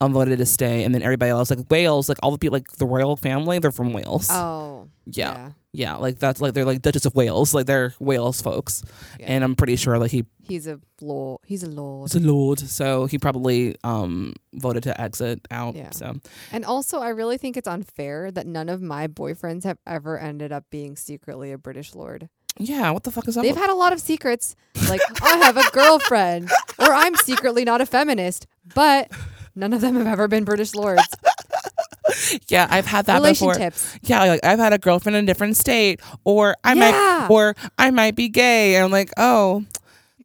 um, voted to stay. And then everybody else, like Wales, like all the people, like the royal family, they're from Wales. Oh, yeah. yeah. yeah. like that's like they're like Duchess of Wales, like they're Wales folks, and I'm pretty sure like he He's a lord. He's a lord. was a lord, so he probably um voted to exit out. Yeah. So And also, I really think it's unfair that none of my boyfriends have ever ended up being secretly a British lord. yeah, what the fuck is up? They've with- had a lot of secrets, like I have a girlfriend, or I'm secretly not a feminist, but none of them have ever been British lords. yeah, I've had that Relation before. tips. Yeah, like I've had a girlfriend in a different state, or I Yeah. might, or I might be gay, and I'm like, oh,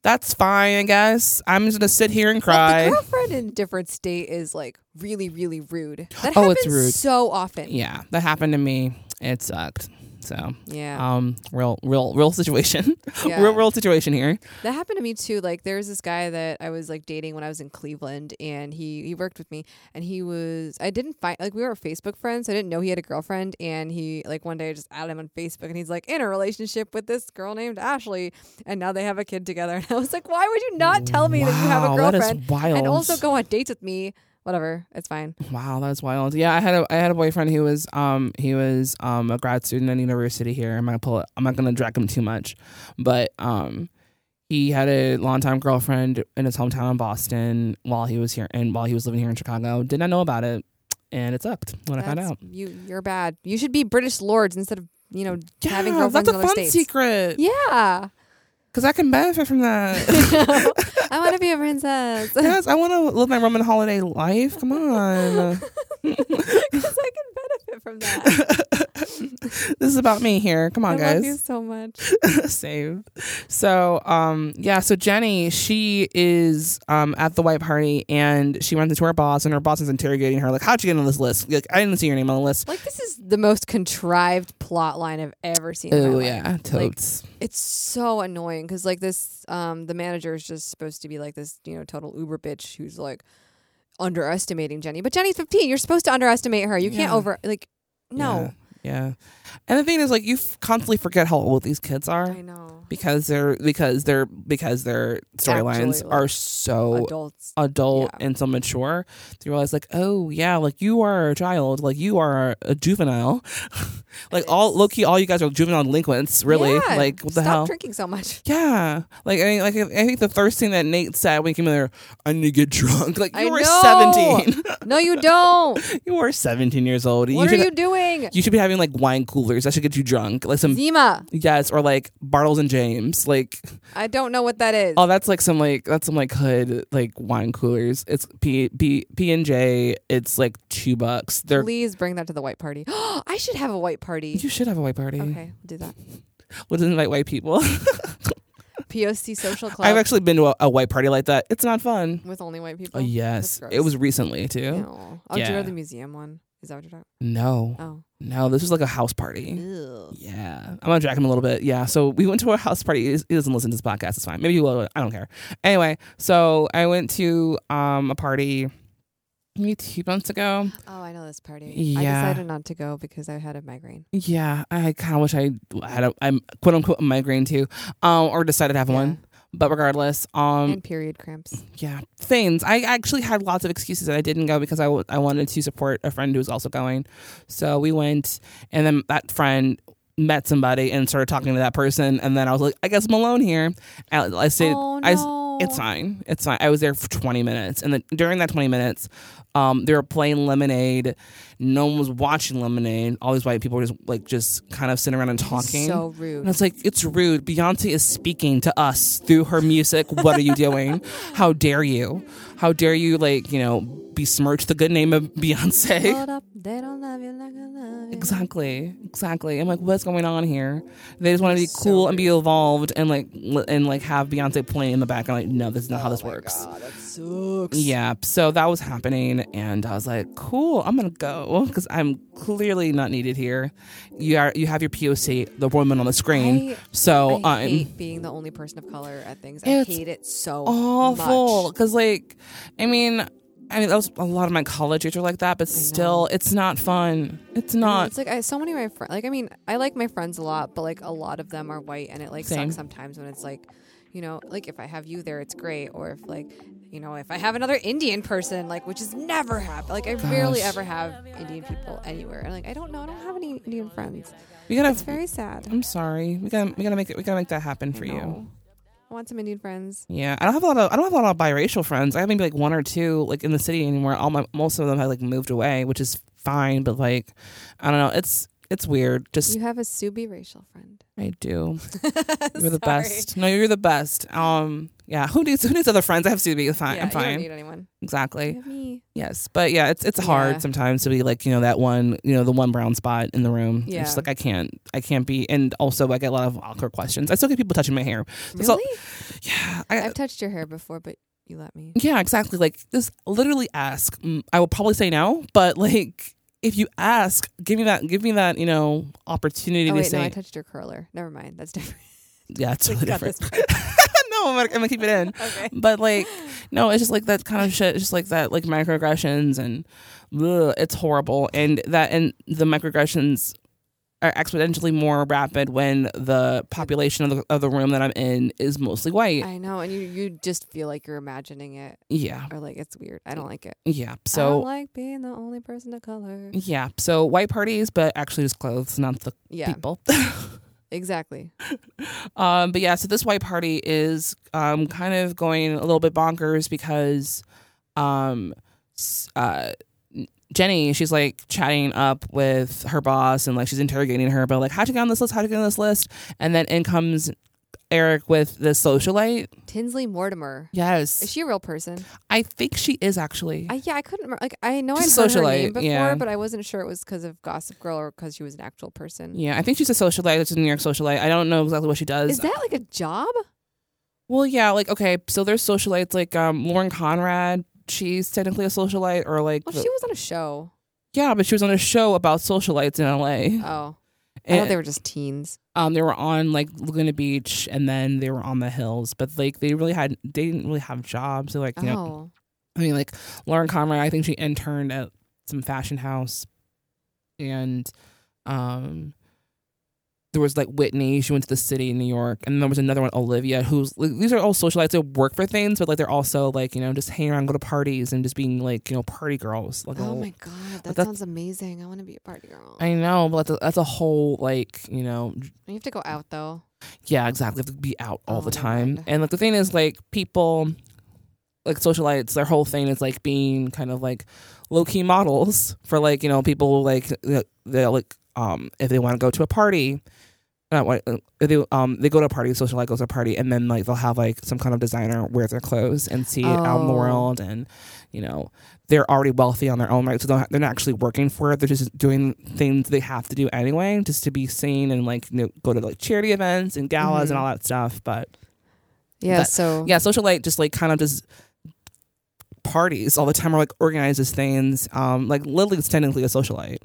that's fine, I guess. I'm just gonna sit here and But cry. the girlfriend in a different state is like really, really rude. That Oh, happens it's rude. so often. Yeah, that happened to me. It sucked. So Yeah. um, real, real, real situation, [LAUGHS] Yeah. real, real situation here. That happened to me too. Like there was this guy that I was like dating when I was in Cleveland and he he worked with me and he was I didn't find like we were Facebook friends. So I didn't know he had a girlfriend and he like one day I just added him on Facebook and he's like in a relationship with this girl named Ashley and now they have a kid together. [LAUGHS] And I was like, "Why would you not tell me that you have a Wow, that is girlfriend wild. and also go on dates with me?" Whatever, it's fine. Wow, that's wild. Yeah, I had a I had a boyfriend who was um he was um a grad student at university here. I'm gonna pull it, I'm not gonna drag him too much, but um he had a longtime girlfriend in his hometown in Boston while he was here and while he was living here in Chicago. Did not know about it, and it sucked when I found That's- out. You you're bad. You should be British lords instead of you know having Yeah, girlfriends that's a in other fun states. secret. Yeah, [LAUGHS] because I can benefit from that. I want to be a princess. [LAUGHS] yes, I want to live my Roman holiday life. [LAUGHS] Come on. [LAUGHS] because I can benefit from that. this is about me here. Come on, I guys. love you so much. [LAUGHS] Same. So, um, yeah. So Jenny, she is um at the white party, and she runs into her boss, and her boss is interrogating her, like, "How'd you get on this list? Like, I didn't see your name on the list." Like this is the most contrived plot line I've ever seen. in my Oh life. yeah, totes. it's so annoying because like this, um, the manager is just supposed to be like this, you know, total uber bitch who's like underestimating Jenny. But Jenny's fifteen. You're supposed to underestimate her. You can't Yeah. over like. No, Yeah. yeah. And the thing is, like, you f- constantly forget how old these kids are I know. because they're because they're because their storylines Actually, like, are so Adults. adult Yeah. and so mature, you realize like, oh yeah, like you are a child, like you are a juvenile, [LAUGHS] like all low key, all you guys are juvenile delinquents, really. Yeah, Like what the stop hell? drinking so much. Yeah, like I mean, like I think the first thing that Nate said when he came in there, I need to get drunk. Like you I were know. seventeen, [LAUGHS] No, you don't. you were seventeen years old. What should, are you doing, [LAUGHS] you should be having like wine coolers. That should get you drunk. Like some Zima? yes, or like Bartles and James. Like I don't know what that is. Oh, that's like some like that's some like hood like wine coolers. It's P P P and J. It's like two bucks. They're Please bring that to the white party. [GASPS] I should have a white party. you should have a white party. Okay, we'll do that. We'll just invite white people. POC social club [LAUGHS] I've actually been to a, a white party like that. It's not fun. with only white people. Oh, yes, Mm, That's it gross. was recently too. Ew. Oh, do you Yeah. know the museum one? Is that what you're Oh. No, talking? no, this was like a house party. Oh. Ew. Yeah, I'm gonna drag him a little bit. Yeah, so we went to a house party. He he doesn't listen to this podcast. It's fine. Maybe he will. I don't care. Anyway, so I went to um a party maybe two months ago. Oh, I know this party. I Yeah. decided not to go because I had a migraine. Yeah, I kind of wish I had a I'm quote unquote migraine too, um, or decided to have one. But regardless, um, and period cramps. yeah, things. I actually had lots of excuses that I didn't go because I, w- I wanted to support a friend who was also going. So we went, and then that friend met somebody and started talking to that person, and then I was like, I guess I'm alone here. I, I stayed. Oh, I s- no. it's fine. It's fine. I was there for 20 minutes, and then during that 20 minutes, um, they were playing Lemonade. No one was watching Lemonade. All these white people were just like just kind of sitting around and talking. So rude. And it's like, it's rude. Beyonce is speaking to us through her music. What are you doing? [LAUGHS] How dare you? How dare you, like, you know, besmirch the good name of Beyonce? [LAUGHS] Hold up, they don't love you like I love you. Exactly, exactly. I'm like, what's going on here? They just want to be cool and be evolved and like li- and like have Beyonce playing in the back. I'm like, no, this is not Oh how this works. Yeah, so that was happening, and I was like, "Cool, I'm gonna go [LAUGHS] because I'm clearly not needed here. You are, you have your POC, the woman on the screen. I- so um, I am hate being the only person of color at things. I Oh, uh, It's hate it so awful much. because like i mean i mean that was a lot of my college years were like that but still it's not fun it's I know, not It's like I, so many of my friends. Like I mean, I like my friends a lot, but like a lot of them are white, and it like Same. sucks sometimes when it's like, you know, like if I have you there, it's great, or if like, you know, if I have another Indian person, like which has never happened. Like I rarely Gosh. ever have Indian people anywhere, and like I don't know, I don't have any Indian friends. we gotta It's very sad. i'm sorry we gotta we gotta make it we gotta make that happen for you No. I want some Indian friends. yeah i don't have a lot of i don't have a lot of biracial friends i have maybe like one or two like in the city anymore all my most of them have like moved away which is fine but like i don't know it's it's weird just You have a Subi racial friend. [LAUGHS] i do you're the Sorry. best no you're the best um yeah who needs who needs other friends i have to be fine Yeah, i'm You fine don't need anyone. exactly You have me. Yes, but yeah, it's it's hard Yeah. sometimes to be like you know that one you know the one brown spot in the room. Yeah. it's just like I can't I can't be, and also I get a lot of awkward questions. I still get people touching my hair. There's all- Really? yeah, I, I've touched your hair before, but you let me. yeah, exactly. Like just literally ask. Mm, I will probably say no, but like if you ask, give me that, give me that, you know, opportunity Oh to wait, say, no, I touched your curler. Never mind, that's different. [LAUGHS] yeah, it's totally got different. this [LAUGHS] no, I'm gonna, I'm gonna keep it in. [LAUGHS] But like, no, it's just like that kind of shit. It's just like that, like microaggressions and ugh, it's horrible. And that and the microaggressions are exponentially more rapid when the population of the, of the room that I'm in is mostly white. I know, and you you just feel like you're imagining it, yeah, or like it's weird. I don't like it. yeah. I So don't like being the only person of color. yeah, so white parties, but actually just clothes, not the Yeah, people. exactly. Um, but yeah, so this white party is um, kind of going a little bit bonkers because um, s- uh, Jenny, she's like chatting up with her boss and like she's interrogating her about like how'd you get on this list, how'd you get on this list, and then in comes Eric with the socialite. Tinsley Mortimer. Yes, Is she a real person? I think she is actually. I, yeah, I couldn't. remem- Like, I know She's I'd a heard her name socialite, before, yeah. but I wasn't sure it was because of Gossip Girl or because she was an actual person. yeah, I think she's a socialite. It's a New York socialite. I don't know exactly what she does. Is that like a job? Well, yeah, like okay, so there's socialites like um, Lauren Conrad. She's technically a socialite, or like Well, the- she was on a show. Yeah, but she was on a show about socialites in LA. Oh, I thought And, they were just teens. um, they were on like Laguna Beach, and then they were on the hills. But like they really had, they didn't really have jobs. They like, you know, Oh, I mean, like Lauren Conrad, I think she interned at some fashion house, and um, there was like Whitney. She went to the city in New York, and there was another one, Olivia, who's like, these are all socialites. They work for things, but like they're also like you know just hanging around, go to parties, and just being like you know party girls. Like oh all- my god, that that's- sounds amazing. I want to be a party girl. I know, but that's a, that's a whole like you know you have to go out though. Yeah, exactly. Have to be out all Oh the my time. God. And like the thing is, like people, like socialites, their whole thing is like being kind of like low key models for like you know people like they they're, like um if they want to go to a party. Not what if they um they go to a party, socialite goes to a party, and then like they'll have like some kind of designer wear their clothes and see it out in the Oh. world, and you know they're already wealthy on their own right, so they're not- they're not actually working for it. They're just doing things they have to do anyway, just to be seen and like you know, go to like charity events and galas Mm-hmm. and all that stuff. But Yeah. That- so yeah, socialite just like kind of just parties all the time, or like organizes things. Um, like Lily's technically a socialite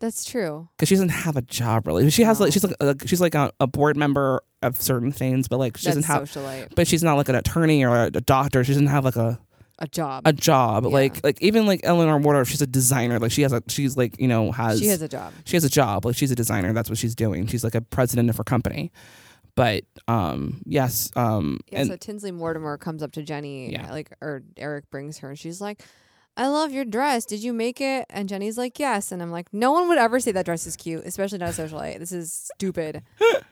that's true. because she doesn't have a job really. She has No. like she's like a, she's like a, a board member of certain things, but like she That's doesn't have. socialite. But she's not like an attorney or a, a doctor. She doesn't have like a A job. a job. Yeah. Like like even like Eleanor Wardorf, she's a designer. Like she has a she's like you know has she has a job. she has a job. Like she's a designer. That's what she's doing. She's like a president of her company. But um yes um Yeah, and so Tinsley Mortimer comes up to Jenny, Yeah. like, or Eric brings her, and she's like, "I love your dress. Did you make it?" And Jenny's like, "Yes." And I'm like, "No one would ever say that dress is cute, especially not a socialite. This is stupid.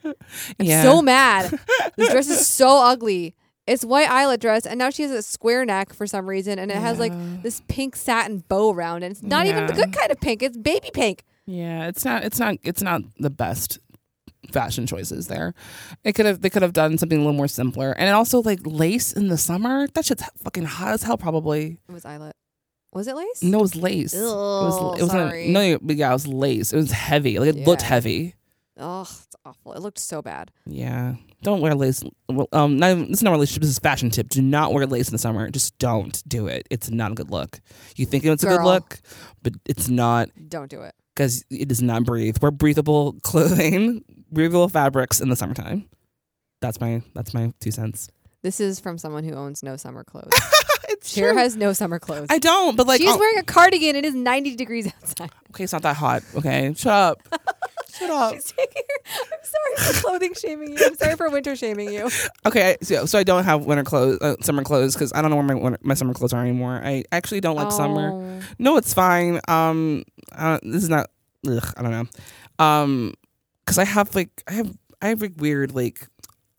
I'm yeah. so [LAUGHS] mad. this dress is so ugly. It's white eyelet dress, and now she has a square neck for some reason, and it has like this pink satin bow around, and it's not even the Yeah. good kind of pink. It's baby pink. Yeah, it's not it's not it's not the best fashion choices there. It could have they could have done something a little more simpler. And also like lace in the summer, that shit's fucking hot as hell probably. It was eyelet. Was it lace? No, it was lace. it was Ew, it was sorry. no but yeah, it was lace. It was heavy. Like it looked Yeah. heavy. Oh, it's awful. It looked so bad. Yeah. Don't wear lace. Well, um, not even, this is not a relationship. This is a fashion tip. Do not wear lace in the summer. Just don't do it. It's not a good look. You think it's a good Girl. look, but it's not Don't do it. because it does not breathe. Wear breathable [LAUGHS] clothing, breathable fabrics in the summertime. That's my that's my two cents. [LAUGHS] This is from someone who owns no summer clothes. It's Cher has no summer clothes. I don't, but like She's oh, wearing a cardigan. It is 90 degrees outside. okay, it's not that hot. Okay, [LAUGHS] shut up. Shut up. She's taking her- I'm sorry for clothing shaming you. I'm sorry for winter shaming you. Okay, I, so, so I don't have winter clothes, uh, summer clothes, because I don't know where my winter, my summer clothes are anymore. I actually don't [LAUGHS] like summer. Oh. No, it's fine. Um, uh, this is not. Ugh, I don't know. Um, because I have like I have I have like weird like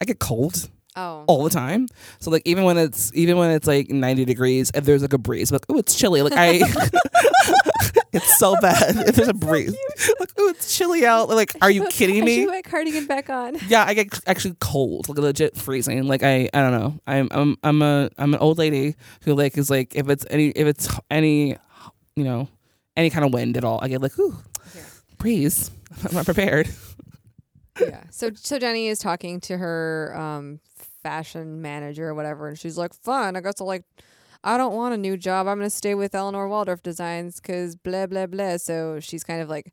I get cold Oh. all the time. So like even when it's even when it's like ninety degrees, if there's like a breeze, like oh it's chilly. Like I, [LAUGHS] it's so bad if there's a breeze. like oh it's chilly out. Like are you kidding I me? should put my cardigan back on. Yeah, I get actually cold, like legit freezing. Like I, I don't know. I'm, I'm, I'm a, I'm an old lady who like is like if it's any, if it's any, you know, any kind of wind at all, I get like, ooh, breeze. [LAUGHS] I'm not prepared. yeah. So so Jenny is talking to her um fashion manager or whatever, and she's like, "Fun. I guess I'll like." I don't want a new job. I'm going to stay with Eleanor Waldorf Designs because blah, blah, blah. So she's kind of like,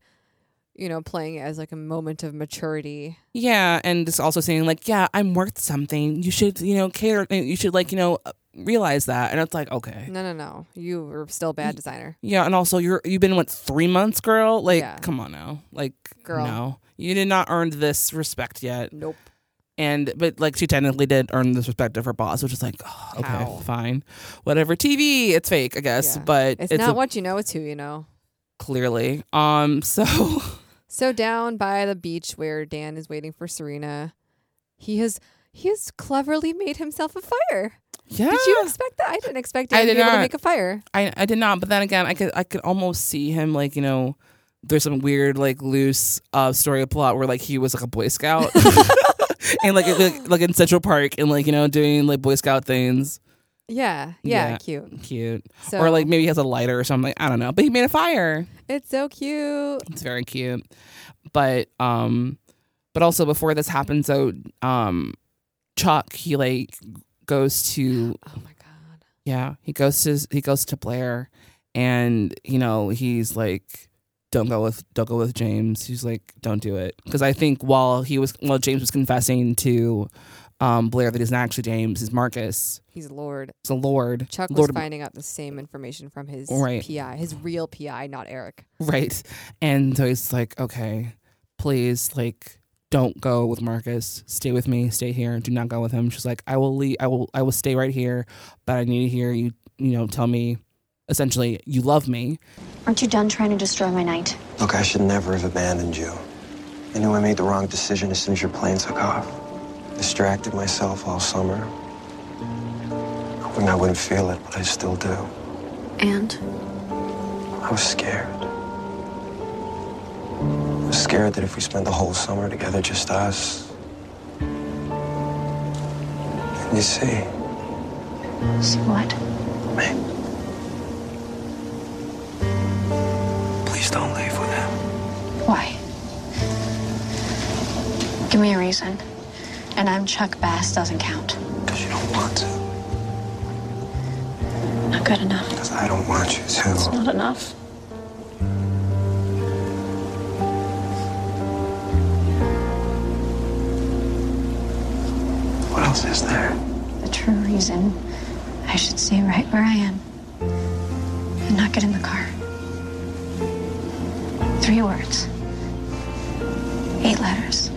you know, playing it as like a moment of maturity. Yeah, and just also saying like, yeah, I'm worth something. You should, you know, care. uh, You should like, you know, realize that. And it's like, okay, No, no, no. You were still a bad designer. yeah. And also, you're you've been what three months, girl. Like, Yeah. come on now, like, Girl. no, you did not earn this respect yet. Nope. And but like, she technically did earn this respect of her boss, which is like, oh, okay, How? fine, whatever. TV, it's fake, I guess, Yeah. but It's, it's, not a- what you know, it's who you know. clearly. Um, [LAUGHS] so So down by the beach where Dan is waiting for Serena, he has he has cleverly made himself a fire. yeah, Did you expect that? I didn't expect Ah! I Dan to did be able to not. make a fire. I I did not. But then again, I could I could almost see him like you know, there's some weird like loose uh story plot where like he was like a Boy Scout. [LAUGHS] And like, it- like like in Central Park and like you know doing like Boy Scout things, Yeah, yeah, Yeah. cute. cute. So or like maybe he has a lighter or something. I don't know. But he made a fire. it's so cute. It's very cute. But um, but also before this happens, so um, Chuck he like goes to Oh my god. Yeah, he goes to he goes to Blair, and you know he's like, "Don't go with don't go with James." He's like, "Don't do it," because I think while he was while James was confessing to um, Blair that he's not actually James, he's Marcus, He's Lord. it's a Lord. Chuck was Lord finding out the same information from his Right. PI, his real PI, not Eric. right? And so he's like, "Okay, please, like." Don't go with Marcus. Stay with me. Stay here. Do not go with him. She's like, I will leave. I will. I will stay right here. But I need to hear you. You know, tell me. Essentially, you love me. Aren't you done trying to destroy my night? Look, I should never have abandoned you. I knew I made the wrong decision as soon as your plane took off. Distracted myself all summer. Hoping I wouldn't feel it, but I still do. And I was scared. I was scared that if we spent the whole summer together, just us. And you see, see what? me. Please don't leave with him. Why? Give me a reason. And I'm Chuck Bass doesn't count. Because you don't want to. Not good enough. Because I don't want you to. Not enough. What else is there? The true reason I should stay right where I am and not get in the car. Three words. Eight letters.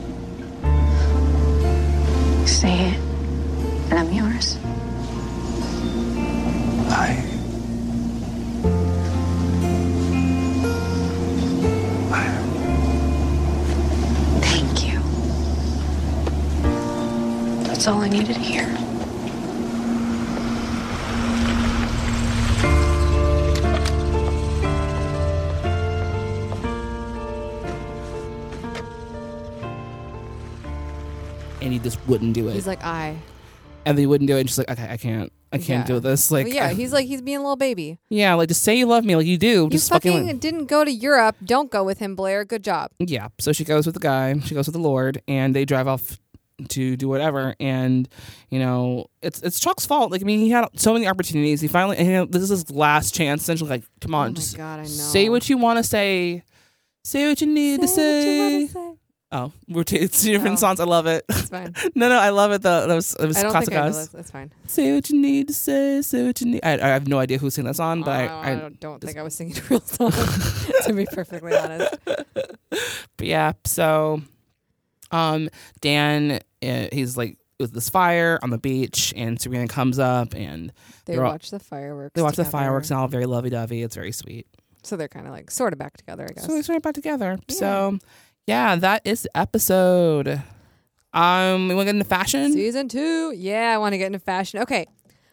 Say it, and I'm yours. I. I. Thank you. That's all I needed to hear. and he just wouldn't do it. He's like, I. and they wouldn't do it. And she's like, okay, I can't, I can't Yeah. do this. Like, Well, yeah, I- he's like he's being a little baby. yeah, like just say you love me, like you do. You just fucking, fucking, like- didn't go to Europe. Don't go with him, Blair. Good job. yeah. So she goes with the guy, she goes with the Lord, and they drive off to do whatever. And you know, it's it's Chuck's fault. Like, I mean, he had so many opportunities. He finally, and, you know, this is his last chance. Essentially, like, come on, Oh my Oh just God, I say know. what you want to say, say what you need to say. Oh, we're t- it's two different Oh. songs. I love it. [LAUGHS] It's fine. no, no, I love it though. That was it was I don't classic think I know us. this. It's fine. Say what you need to say. Say what you need. I, I have no idea who sang that song, but I, Oh, I, don't- don't think I was singing [LAUGHS] a real song, to be perfectly [LAUGHS] honest. but yeah. So, um, Dan, uh, he's like with this fire on the beach, and Serena comes up and They They're all- watch the fireworks. they watch the together. fireworks and all very lovey dovey. It's very sweet. So they're kind of like sort of back together, I guess. So they started back together. So, yeah, that is the episode. Um, we want to get into fashion. Season two. Yeah, I want to get into fashion. Okay.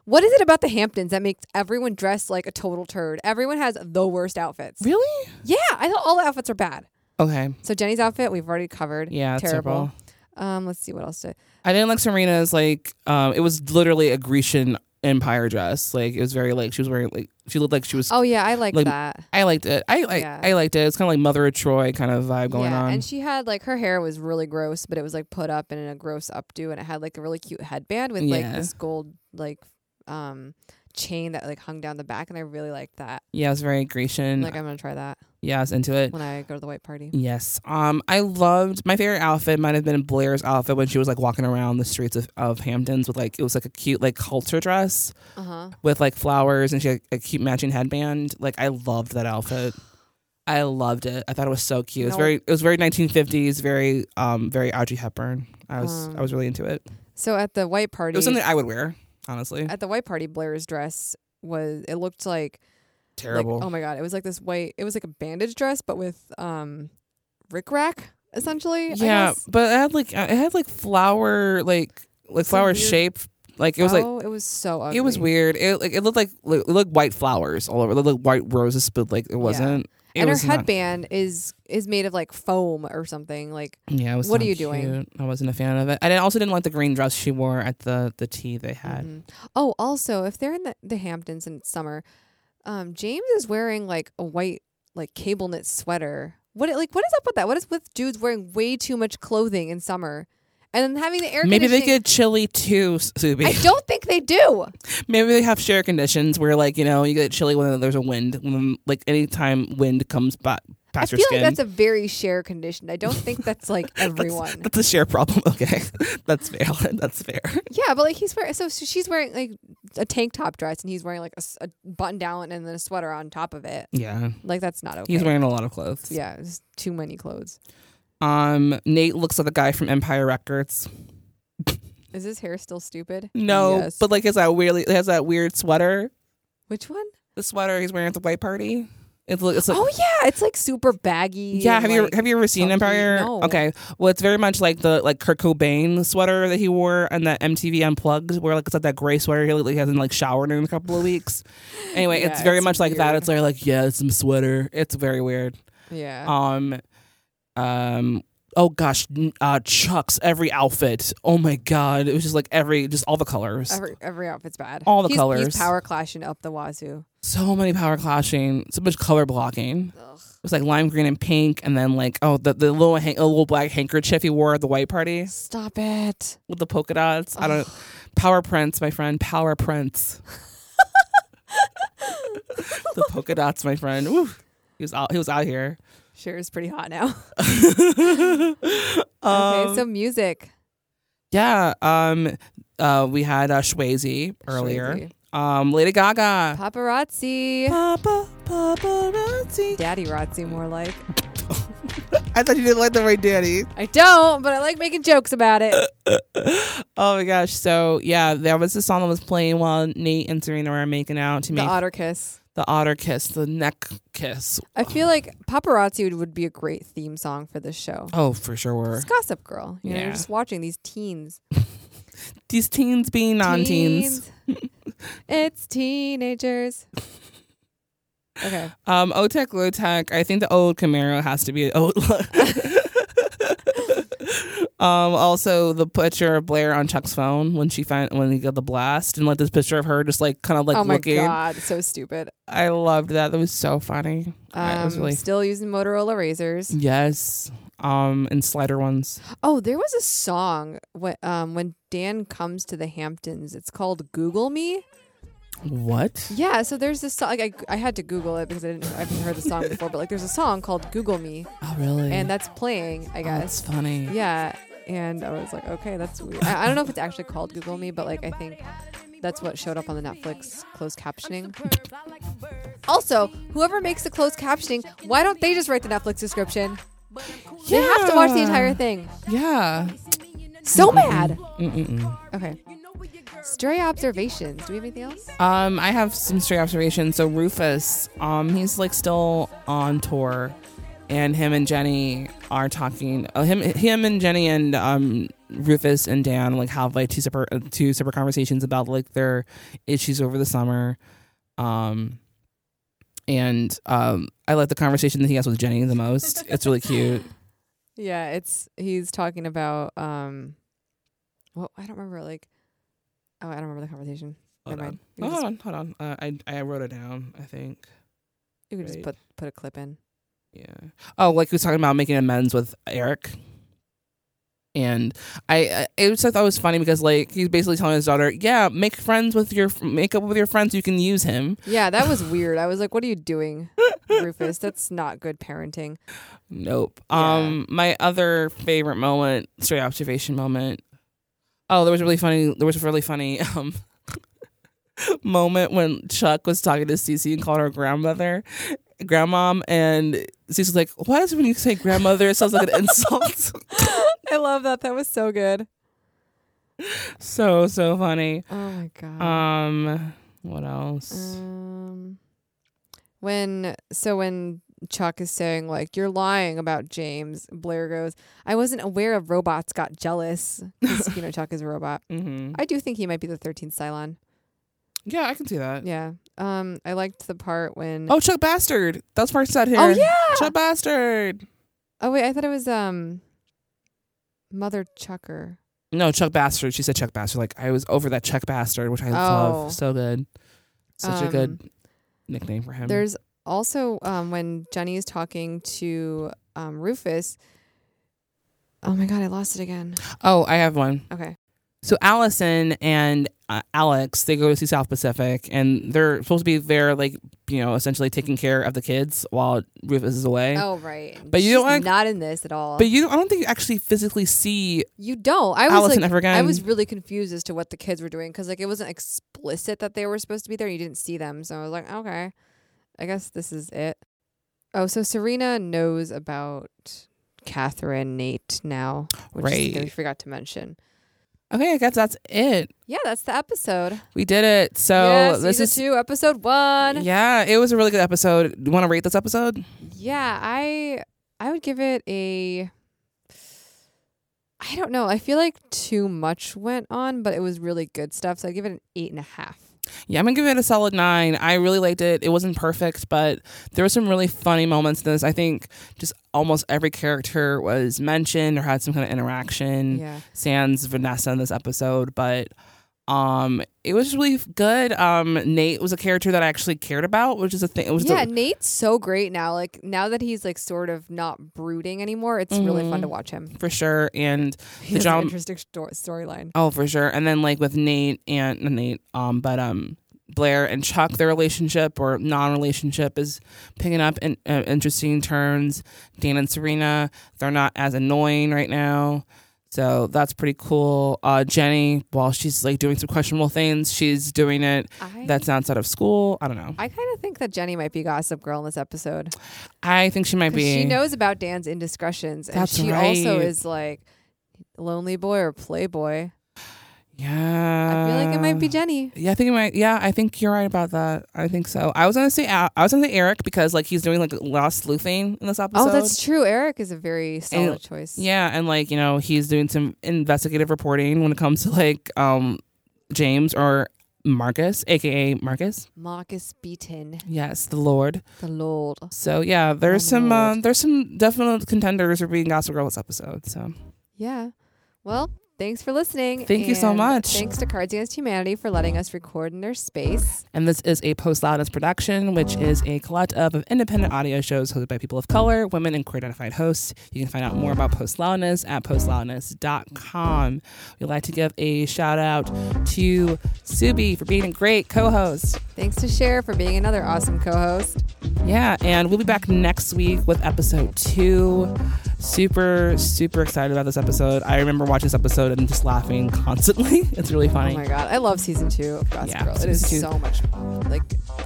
What is it about the Hamptons that makes everyone dress like a total turd? Everyone has the worst outfits. Really? Yeah, I thought all the outfits are bad. Okay. So Jenny's outfit we've already covered. Yeah, it's terrible. Um, let's see what else. Did. I didn't like Serena's like um it was literally a Grecian empire dress. Like it was very like she was wearing like she looked like she was Oh yeah, I like, Like, that. I liked it. I I, Yeah. I liked it. It's kind of like Mother of Troy kind of vibe going yeah, on. and she had like her hair was really gross, but it was like put up and in a gross updo, and it had like a really cute headband with like Yeah. this gold like um chain that like hung down the back, and I really liked that. Yeah, it was very Grecian. Like I'm gonna try that yeah, I was into it. when I go to the white party. Yes. Um, I loved my favorite outfit might have been Blair's outfit when she was like walking around the streets of, of Hamptons with like it was like a cute like halter dress Uh huh. with like flowers and she had a cute matching headband. Like I loved that outfit. I loved it. I thought it was so cute. It was No. very it was very nineteen fifties, very um very Audrey Hepburn. I was Um, I was really into it. So at the white It party, was something I would wear, honestly. at the white party, Blair's dress was it looked like Terrible. Like, oh my god, it was like this white. It was like a bandage dress, but with um, rickrack essentially. I yeah, guess. but it had like uh, it had like flower like like Some flower weird shape like it was like oh, it was so ugly. It was weird. It like it looked like li- it looked white flowers all over. It looked like white roses, but like it wasn't. It and her was not- headband is is made of like foam or something. Like yeah, it was. What not are you doing? cute. I wasn't a fan of it. And I also didn't like the green dress she wore at the the tea they had. Mhm. oh, also if they're in the, the Hamptons in summer, um, James is wearing like a white like cable knit sweater. What like what is up with that? What is with dudes wearing way too much clothing in summer, and then having the air Maybe they conditioning- get chilly too, I Subi. don't think they do. [LAUGHS] Maybe they have share conditions where like you know you get chilly when there's a wind. When like anytime wind comes by, I past feel your skin. like that's a very share condition. I don't think that's like everyone. [LAUGHS] that's a share problem. [LAUGHS] Okay, that's fair. [LAUGHS] That's [LAUGHS] fair. yeah, but like he's wearing so, so she's wearing like a tank top dress and he's wearing like a, button down and then a sweater on top of it. Yeah, Like that's not okay. he's wearing a lot of clothes. yeah, it's too many clothes. Um, Nate looks like the guy from Empire Records. Is his hair still stupid? No, Yes. but like, it's that weirdly it has that weird sweater. which one? The sweater he's wearing at the white party. It's, li- it's like, Oh yeah, it's like super baggy. yeah. Have and, you like, have you ever seen chunky. Empire? No. Okay. Well, it's very much like the like Kurt Cobain sweater that he wore on that MTV Unplugged, where like it's like that gray sweater he looked like he hasn't like showered in a couple of weeks. Anyway, Yeah, it's very it's much like that. weird. It's like like yeah, it's some sweater. It's very weird. Yeah. Um, um. Oh gosh, n- uh, Chuck's every outfit. Oh my god, it was just like every, just all the colors. Every, every outfit's bad. All the he's, colours. He's power clashing up the wazoo. so many power clashing, so much color blocking. It was like lime green and pink, and then like oh the the little han- a little black handkerchief he wore at the white party Stop it. with the polka dots. I don't power prints, my friend. Power prints. the polka dots, my friend. Woo. He was out. He was out here. [LAUGHS] Sure is pretty hot [LAUGHS] now. Um, okay, so music. Yeah. Um. Uh. We had uh, Swayze earlier. Um. Lady Gaga. Paparazzi. Papa, paparazzi. Daddy Rotsy, more like. I thought you didn't like the right daddy. I don't, but I like making jokes about it. Oh my gosh. So yeah, that was the song that was playing while Nate and Serena were making out to the make otter kiss. the otter kiss, the neck kiss. I feel like paparazzi would, would be a great theme song for this show. Oh, for sure. It's Gossip Girl. You know, Yeah. you're just watching these teens. These teens being non teens. Teens. [LAUGHS] it's teenagers. Okay. Um, Otech Low Tech, I think the old Camaro has to be an old [LAUGHS] Um, also the picture of Blair on Chuck's phone when she find when he got the blast and like this picture of her just like kind of [LAUGHS] like oh my looking. god, so stupid. I loved that. That was so funny. I Um, was really Mm. Still using Motorola razors. yes. Um, and slider ones. Oh, there was a song when um when Dan comes to the Hamptons. It's called Google Me. What? Yeah, so there's this song. Like I, I had to Google it because I didn't. I've heard the song before, but like there's a song called Google Me, Oh, really? and that's playing. I that's guess. funny. yeah, and I was like, okay, that's weird. I, I don't know if it's actually called Google Me, but like I think that's what showed up on the Netflix closed captioning. [LAUGHS] Also, whoever makes the closed captioning, why don't they just write the Netflix description? They have to watch the entire thing. Yeah. So bad. Mm-mm-mm. Okay. Stray observations. Do we have anything else? Um, I have some stray observations. So Rufus, um, he's like still on tour, and him and Jenny are talking. Uh, him, him and Jenny and um, Rufus and Dan like have like two separate uh, two separate conversations about like their issues over the summer. Um, and um, I like the conversation that he has with Jenny the most. it's really cute. Yeah, it's he's talking about um well, I don't remember like oh, I don't remember the conversation. [LAUGHS] Hold Never on. mind. You can Hold just, on, hold on. Uh, I I wrote it down. I think. you can just Right. put put a clip in. Yeah. Oh, like he was talking about making amends with Eric. and I, I it was I thought it was funny because like he's basically telling his daughter, yeah, make friends with your make up with your friends. You can use him. Yeah, that was weird. I was like, what are you doing, [LAUGHS] Rufus? That's not good parenting. Nope. Um, my other favorite moment, straight observation moment. Oh, there was a really funny. There was a really funny [LAUGHS] um moment when Chuck was talking to Cece and called her grandmother, grandmom, and Cece's like, "Why does when you say grandmother, it sounds like [LAUGHS] an insult?" [LAUGHS] [LAUGHS] I love that. That was so good. so so funny. Oh my god. Um, what else? Um, when so when Chuck is saying like you're lying about James, Blair goes, "I wasn't aware of robots got jealous." [LAUGHS] 'Cause, you know, Chuck is a robot. hmm I do think he might be the 13th Cylon. Yeah, I can see that. Yeah. Um, I liked the part when. Oh, Chuck Bastard. That's Mark's out here. Oh, yeah! Chuck Bastard. Oh, wait, I thought it was um, Mother Chucker. No, Chuck Bastard. She said Chuck Bastard. Like I was over that Chuck Bastard, which I Oh. love. So good. Such a Um, good nickname for him. There's also um, when Jenny is talking to um, Rufus. Oh my god, I lost it again. oh, I have one. Okay. So Allison and uh, Alex, they go to see South Pacific, and they're supposed to be there, like you know, essentially taking care of the kids while Rufus is away. Oh right. But you She's don't like- not in this at all. But you, I don't think you actually physically see. You don't. I was Allison like, Evergan. I was really confused as to what the kids were doing because like it wasn't explicit that they were supposed to be there. You didn't see them, so I was like, okay, I guess this is it. Oh, so Serena knows about Catherine Nate now, which is something we Right. forgot to mention. Okay, I guess that's it. Yeah, that's the episode. We did it. So yeah, this season is two, episode one. Yeah. yeah, it was a really good episode. You want to rate this episode? I I would give it a. I don't know. I feel like too much went on, but it was really good stuff. So I give it an eight and a half. Yeah, I'm gonna give it a solid nine. I really liked it. It wasn't perfect, but there were some really funny moments in this. I think just almost every character was mentioned or had some kind of interaction. Yeah. Sans Vanessa in this episode, but um, it was really good. Um, Nate was a character that I actually cared about, which is a thing. It was yeah, the, Nate's so great now. Like now that he's like sort of not brooding anymore, it's really Mm-hmm. fun to watch him. for sure, and He the has an drama. interesting sto- storyline. Oh, for sure. And then like with Nate and not Nate, um, but um, Blair and Chuck, their relationship or non-relationship is picking up in uh, interesting turns. Dan and Serena, they're not as annoying right now, so that's pretty cool. Uh, Jenny, while she's like doing some questionable things, she's doing it. I- that's outside of school. I don't know. I kind of think that Jenny might be Gossip Girl in this episode. I think she might 'Cause be. She knows about Dan's indiscretions, and That's she also right. is like lonely boy or playboy. Yeah. I feel like it Uh, might be Jenny. Yeah, I think it might. Yeah, I think you're right about that. I think so. I was gonna say Al- I was gonna say Eric because like he's doing like a lot of sleuthing in this episode. Oh, that's true. Eric is a very solid And- choice. yeah, and like you know he's doing some investigative reporting when it comes to like um James or Marcus, aka Marcus. Marcus Beaton, Yes, the Lord. the Lord. So yeah, there's some uh, Lord. there's some definite contenders for being Gossip Girl this episode. So Yeah. Well, thanks for listening. Thank you so and much. Thanks to Cards Against Humanity for letting us record in their space. and this is a post loudness production, which is a collective of independent audio shows hosted by people of color, women, and queer identified hosts. You can find out more about post loudness at postloudness.com. We'd like to give a shout out to Subi for being a great co host. Thanks to Cher for being another awesome Oh co host. Yeah, and we'll be back next week with episode two. Super, super excited about this episode. I remember watching this episode and just laughing [LAUGHS] constantly. It's really Oh funny. my God. I love season two of Gossip Yeah, Girl. It season is two. so much like,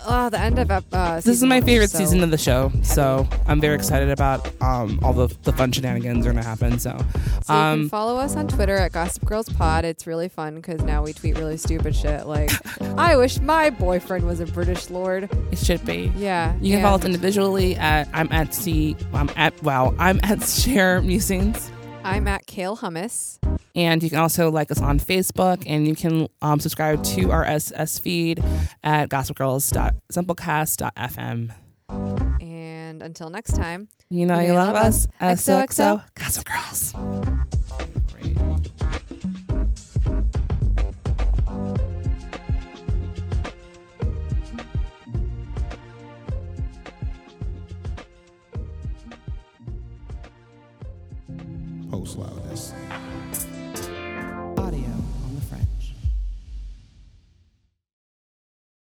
oh, the end of ep- uh, this is my favorite season of the show, so I'm very excited about um, all the, the fun shenanigans are gonna happen. So, So you um, can follow us on Twitter at Gossip Girls Pod. It's really fun because now we tweet really stupid shit [LAUGHS] like, I wish my boyfriend was a British lord. it should be. Yeah. You can follow us and individually at I'm at C I'm at wow I'm [LAUGHS] at Share Musings. I'm at Kale Hummus. And you can also like us on Facebook, and you can um, subscribe to our SS feed at gossipgirls.simplecast.fm. And until next time. You know you love, us. XOXO. XOXO, Gossip Girls. post loudness.